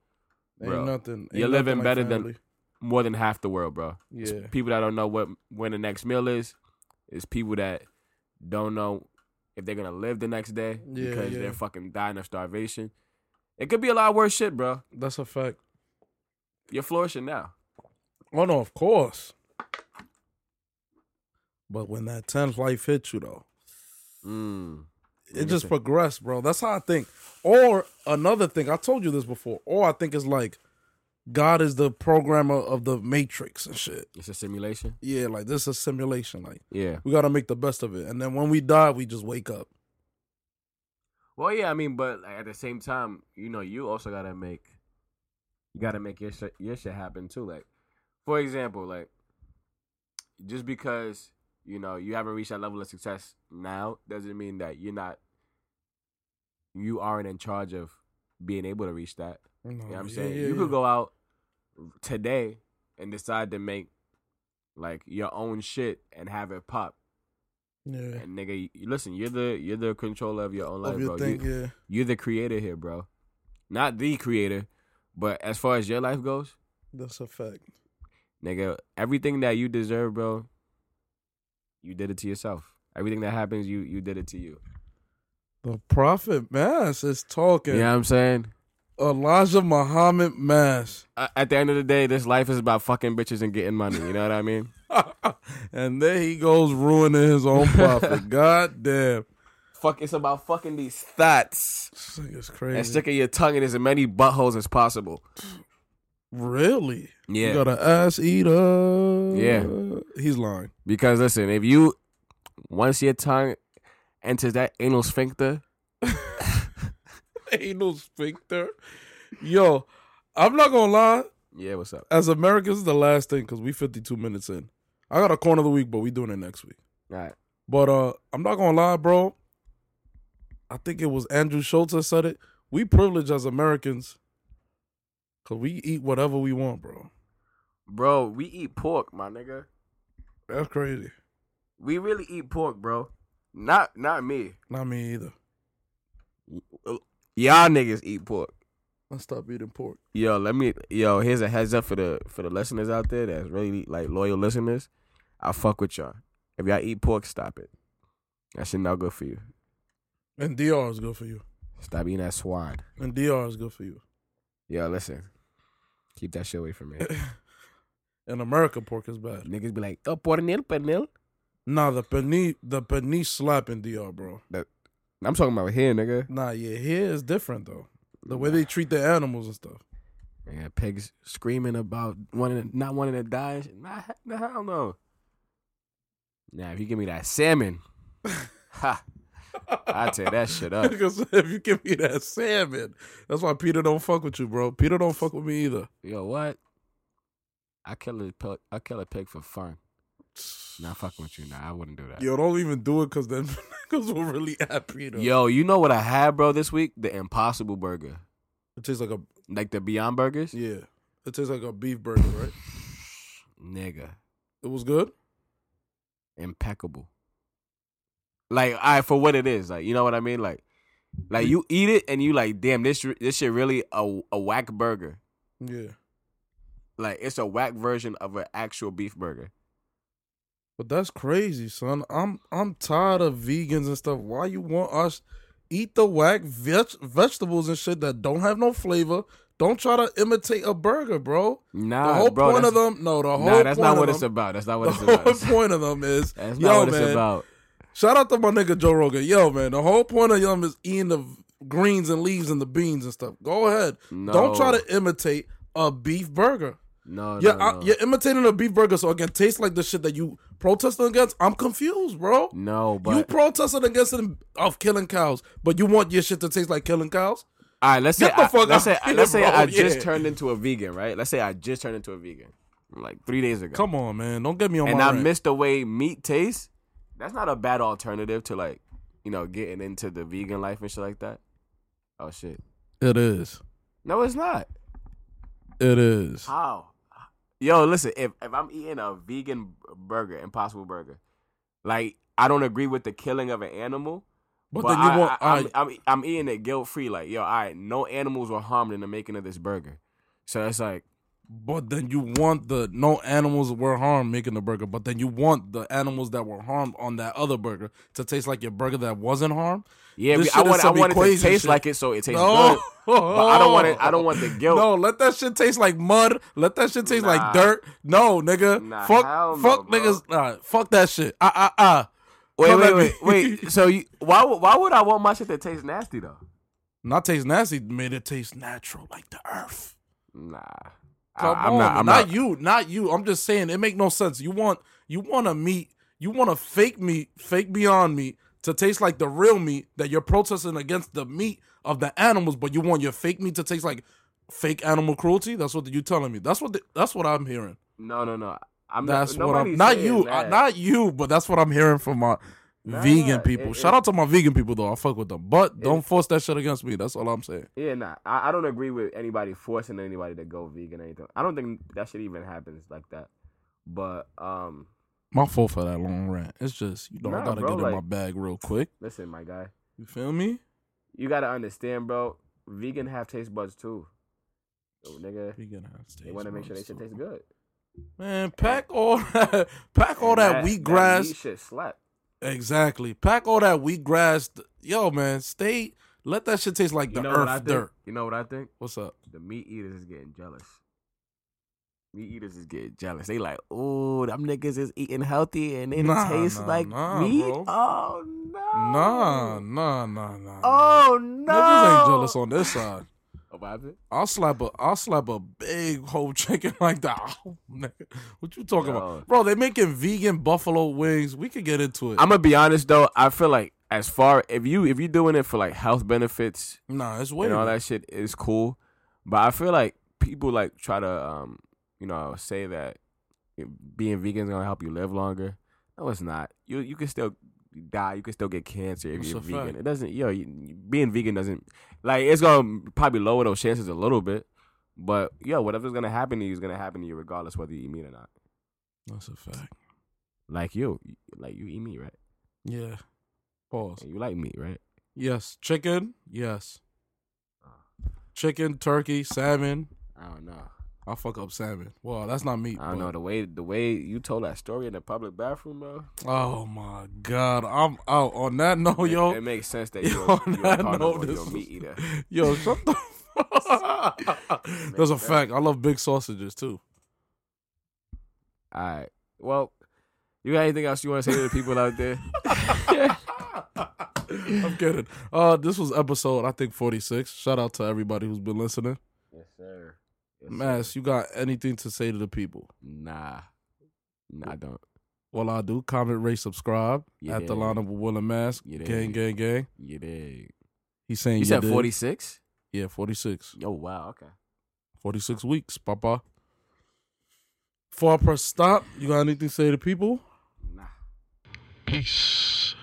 S1: ain't
S2: Bro,
S1: nothing.
S2: you're
S1: ain't nothing
S2: living
S1: like
S2: better than-
S1: family.
S2: more than half the world, bro. It's
S1: Yeah.
S2: people that don't know what when the next meal is. It's people that don't know if they're gonna live the next day
S1: Yeah,
S2: because
S1: yeah.
S2: they're fucking dying of starvation. It could be a lot worse shit, bro.
S1: That's a fact.
S2: You're flourishing now.
S1: Oh no, of course. But when that tenth life hits you though,
S2: Mm.
S1: it just progressed, bro. That's how I think. Or another thing, I told you this before. Or I think it's like God is the programmer of the Matrix and shit.
S2: It's a simulation.
S1: Yeah, like this is a simulation. Like
S2: Yeah.
S1: we gotta make the best of it. And then when we die, we just wake up.
S2: Well, yeah, I mean, but like, at the same time, you know, you also gotta make, you gotta make your shit, your shit happen too. Like, for example, like, just because you know you haven't reached that level of success now doesn't mean that you're not, you aren't in charge of being able to reach that.
S1: You know
S2: You know what I'm saying? you could go out today and decide to make like your own shit and have it pop.
S1: Yeah.
S2: And nigga, you- listen, you're the you're the controller of your own life,
S1: Of your
S2: bro. You-
S1: thing, yeah.
S2: you're the creator here, bro. Not the creator, but as far as your life goes,
S1: That's a fact.
S2: nigga, everything that you deserve, bro, you did it to yourself. Everything that happens, you you did it to you.
S1: The Prophet Mass is talking.
S2: You know what I'm saying?
S1: Elijah Muhammad Mass.
S2: A- At the end of the day, this life is about fucking bitches and getting money. You know what I mean?
S1: and there he goes ruining his own profit. God damn.
S2: Fuck, it's about fucking these thoughts
S1: This thing is
S2: and
S1: crazy.
S2: sticking your tongue in as many buttholes as possible.
S1: really?
S2: Yeah.
S1: You got an ass eater.
S2: Yeah.
S1: He's lying.
S2: Because listen, if you once your tongue enters that anal sphincter,
S1: Anal sphincter. Yo, I'm not going to lie.
S2: yeah, what's up?
S1: As Americans, the last thing, because we 52 minutes in. I got a corner of the week, but we doing it next week.
S2: All right.
S1: But uh I'm not gonna lie, bro. I think it was Andrew Schultz that said it. We privileged as Americans because we eat whatever we want, bro.
S2: Bro, we eat pork, my nigga.
S1: That's crazy.
S2: We really eat pork, bro. Not not me.
S1: Not me either.
S2: Y'all niggas eat pork.
S1: I stopped eating pork.
S2: Yo, let me yo, here's a heads up for the for the listeners out there that's really like loyal listeners. I fuck with y'all. If y'all eat pork, stop it. That shit not good for you.
S1: And DR is good for you.
S2: Stop eating that swine.
S1: And DR is good for you.
S2: Yo, listen. Keep that shit away from me.
S1: In America, pork is bad.
S2: niggas be like, oh pornil, pornil.
S1: Nah, the panini, the panini slap in DR, bro.
S2: I'm talking about here, nigga.
S1: Nah, yeah, here is different though. The way they treat the animals and stuff.
S2: Yeah, pigs screaming about wanting to, not wanting to die. and shit. Nah, nah, hell no. Now, if you give me that salmon, ha, I tear that shit up.
S1: Because if you give me that salmon, that's why Peter don't fuck with you, bro. Peter don't fuck with me either.
S2: Yo, what? I kill a pig. I kill a pig for fun. Not fucking with you. Nah, I wouldn't do that. Yo,
S1: Yo, don't even do it because then niggas will really at Peter.
S2: you know what I had, bro? This week, the Impossible Burger,
S1: It tastes like a
S2: like the Beyond Burgers.
S1: yeah. It tastes like a beef burger, right?
S2: Nigga,
S1: It was good.
S2: impeccable. Like, all right, for what it is, like you know what I mean, like, like you eat it and you like, damn, this re- this shit really a a whack burger.
S1: Yeah,
S2: Like it's a whack version of an actual beef burger.
S1: but that's crazy, son. I'm I'm tired of vegans and stuff. Why you want us eat the whack veg- vegetables and shit that don't have no flavor? Don't try to imitate a burger, bro.
S2: Nah,
S1: The whole
S2: bro,
S1: point
S2: that's,
S1: of them, no, the whole
S2: nah, that's
S1: point
S2: not
S1: of
S2: what
S1: them,
S2: it's about. That's not what
S1: The
S2: it's about.
S1: whole point of them is
S2: That's
S1: yo
S2: not what
S1: man,
S2: it's about.
S1: Shout out to my nigga Joe Rogan. Yo, man, the whole point of them is eating the greens and leaves and the beans and stuff. Go ahead.
S2: No.
S1: Don't try to imitate a beef burger.
S2: No,
S1: Yeah,
S2: no,
S1: I-
S2: no.
S1: you're imitating a beef burger, so it can taste like the shit that you protesting against. I'm confused, bro.
S2: no, but
S1: you protesting against it of killing cows, but you want your shit to taste like killing cows?
S2: all right. Let's say
S1: Get the
S2: I,
S1: fuck
S2: let's
S1: out
S2: say
S1: here,
S2: let's say
S1: bro,
S2: I just
S1: yeah.
S2: turned into a vegan, right? Let's say I just turned into a vegan, like three days ago,
S1: Come on, man. Don't get me on
S2: and
S1: my
S2: I
S1: rant.
S2: missed the way meat tastes. That's not a bad alternative to like, you know, getting into the vegan life and shit like that. Oh shit!
S1: It is.
S2: No, it's not.
S1: It is.
S2: How? Yo, listen, if if I'm eating a vegan burger, impossible burger, like I don't agree with the killing of an animal,
S1: But
S2: but,
S1: then you
S2: I,
S1: want.
S2: I,
S1: I,
S2: am I'm I'm eating it guilt free. Like, yo, all right, no animals were harmed in the making of this burger, so it's like,
S1: But then you want the no animals were harmed making the burger, but then you want the animals that were harmed on that other burger to taste like your burger that wasn't harmed.
S2: Yeah,
S1: This
S2: we-
S1: shit
S2: I
S1: is
S2: want I
S1: some
S2: want it to
S1: equation
S2: taste
S1: shit.
S2: like it, so it tastes good.
S1: No,
S2: But I don't want it. I don't want the guilt.
S1: No, let that shit taste like mud. Let that shit taste like
S2: Nah.
S1: dirt. No, nigga.
S2: Nah, hell
S1: fuck,
S2: no,
S1: fuck
S2: bro.
S1: niggas. Nah, fuck that shit. Ah, ah, ah.
S2: wait,
S1: Come
S2: wait,
S1: at
S2: wait,
S1: me.
S2: wait. So you, why would why would I want my shit to taste nasty though?
S1: Not taste nasty. Made it taste natural, like the earth.
S2: Nah,
S1: Come
S2: I, am
S1: on,
S2: not. I'm
S1: not,
S2: not.
S1: you, not you. I'm just saying it make no sense. You want you want a meat, you want a fake meat, fake beyond meat to taste like the real meat that you're protesting against the meat of the animals, but you want your fake meat to taste like fake animal cruelty. That's what you telling me. That's what the, that's what I'm hearing.
S2: No, no, no. I'm
S1: That's
S2: not,
S1: what I'm
S2: nobody's
S1: not
S2: saying
S1: you,
S2: that.
S1: uh, not you, but that's what I'm hearing from my
S2: Nah,
S1: vegan people.
S2: it-
S1: Shout
S2: it-
S1: out to my vegan people though. I fuck with them, but don't force that shit against me. That's all I'm saying.
S2: Yeah, nah. I, I don't agree with anybody forcing anybody to go vegan or anything. I don't think that shit even happens like that. But um,
S1: My fault for that long rant. It's just you know I
S2: Nah,
S1: gotta
S2: bro,
S1: get in
S2: like-
S1: my bag real quick.
S2: listen, my guy,
S1: You feel me?
S2: you gotta understand, bro. Vegan have taste buds too. So, nigga,
S1: Vegan has taste.
S2: they want to make sure they
S1: buds,
S2: shit
S1: so-
S2: tastes good.
S1: Man, pack all that, pack all
S2: And
S1: that, wheat grass.
S2: That meat shit slap.
S1: exactly. Pack all that wheat grass. Yo, man, stay. Let that shit taste like
S2: You
S1: the
S2: know what I
S1: earth
S2: think?
S1: dirt.
S2: You know what I think?
S1: What's up?
S2: The meat eaters is getting jealous. Meat eaters is getting jealous. They like, oh, them niggas is eating healthy and it
S1: Nah,
S2: tastes
S1: nah,
S2: like
S1: nah,
S2: meat.
S1: bro.
S2: Oh no.
S1: Nah, nah, nah, nah.
S2: Oh no.
S1: Niggas ain't jealous on this side.
S2: Oh, what happened?
S1: I'll slap a I'll slap a big whole chicken like that. Oh, nigga. What you talking
S2: Yo.
S1: about, bro? They making vegan buffalo wings. We could get into it.
S2: I'm gonna be honest though. I feel like as far if you if you doing it for like health benefits
S1: nah, it's way.
S2: and all that shit is cool, but I feel like people like try to um you know say that being vegan is gonna help you live longer. No, it's not. You you can still die. You can still get cancer if
S1: That's
S2: you're
S1: a
S2: vegan.
S1: fact.
S2: It doesn't. Yo, you, being vegan doesn't like it's gonna probably lower those chances a little bit. But yo, whatever's gonna happen to you is gonna happen to you regardless whether you eat meat or not.
S1: That's a fact.
S2: Like you, like you eat meat, right?
S1: Yeah. Pause.
S2: And you like meat, right?
S1: Yes. Chicken? Yes.
S2: Uh.
S1: Chicken, turkey, salmon.
S2: I don't know.
S1: I fuck up salmon. Well, that's not meat.
S2: I don't know
S1: but-
S2: the way the way you told that story in the public bathroom, bro.
S1: Oh my god. I'm out. On that note,
S2: it,
S1: Oh, yo.
S2: it makes sense that
S1: Yo,
S2: you're, you're
S1: I
S2: a carnivore,
S1: know
S2: you're
S1: this
S2: a meat eater.
S1: Yo, shut the fuck. That's a
S2: sense.
S1: fact. I love big sausages too.
S2: All right. Well, you got anything else you want to say to the people out there?
S1: I'm kidding. Uh, this was episode I think 46. Shout out to everybody who's been listening.
S2: Yes, sir.
S1: Mass, you got anything to say to the people?
S2: Nah, nah, I don't.
S1: Well, I do. Comment, rate, subscribe
S2: Yeah.
S1: at the lineup with Will and Mask.
S2: Yeah.
S1: Gang, gang, gang.
S2: You did.
S1: He's saying
S2: You said
S1: did.
S2: forty six.
S1: Yeah, 46.
S2: Oh wow. Okay.
S1: 46 weeks, papa. Before I press stop, you got anything to say to people?
S2: Nah.
S3: Peace.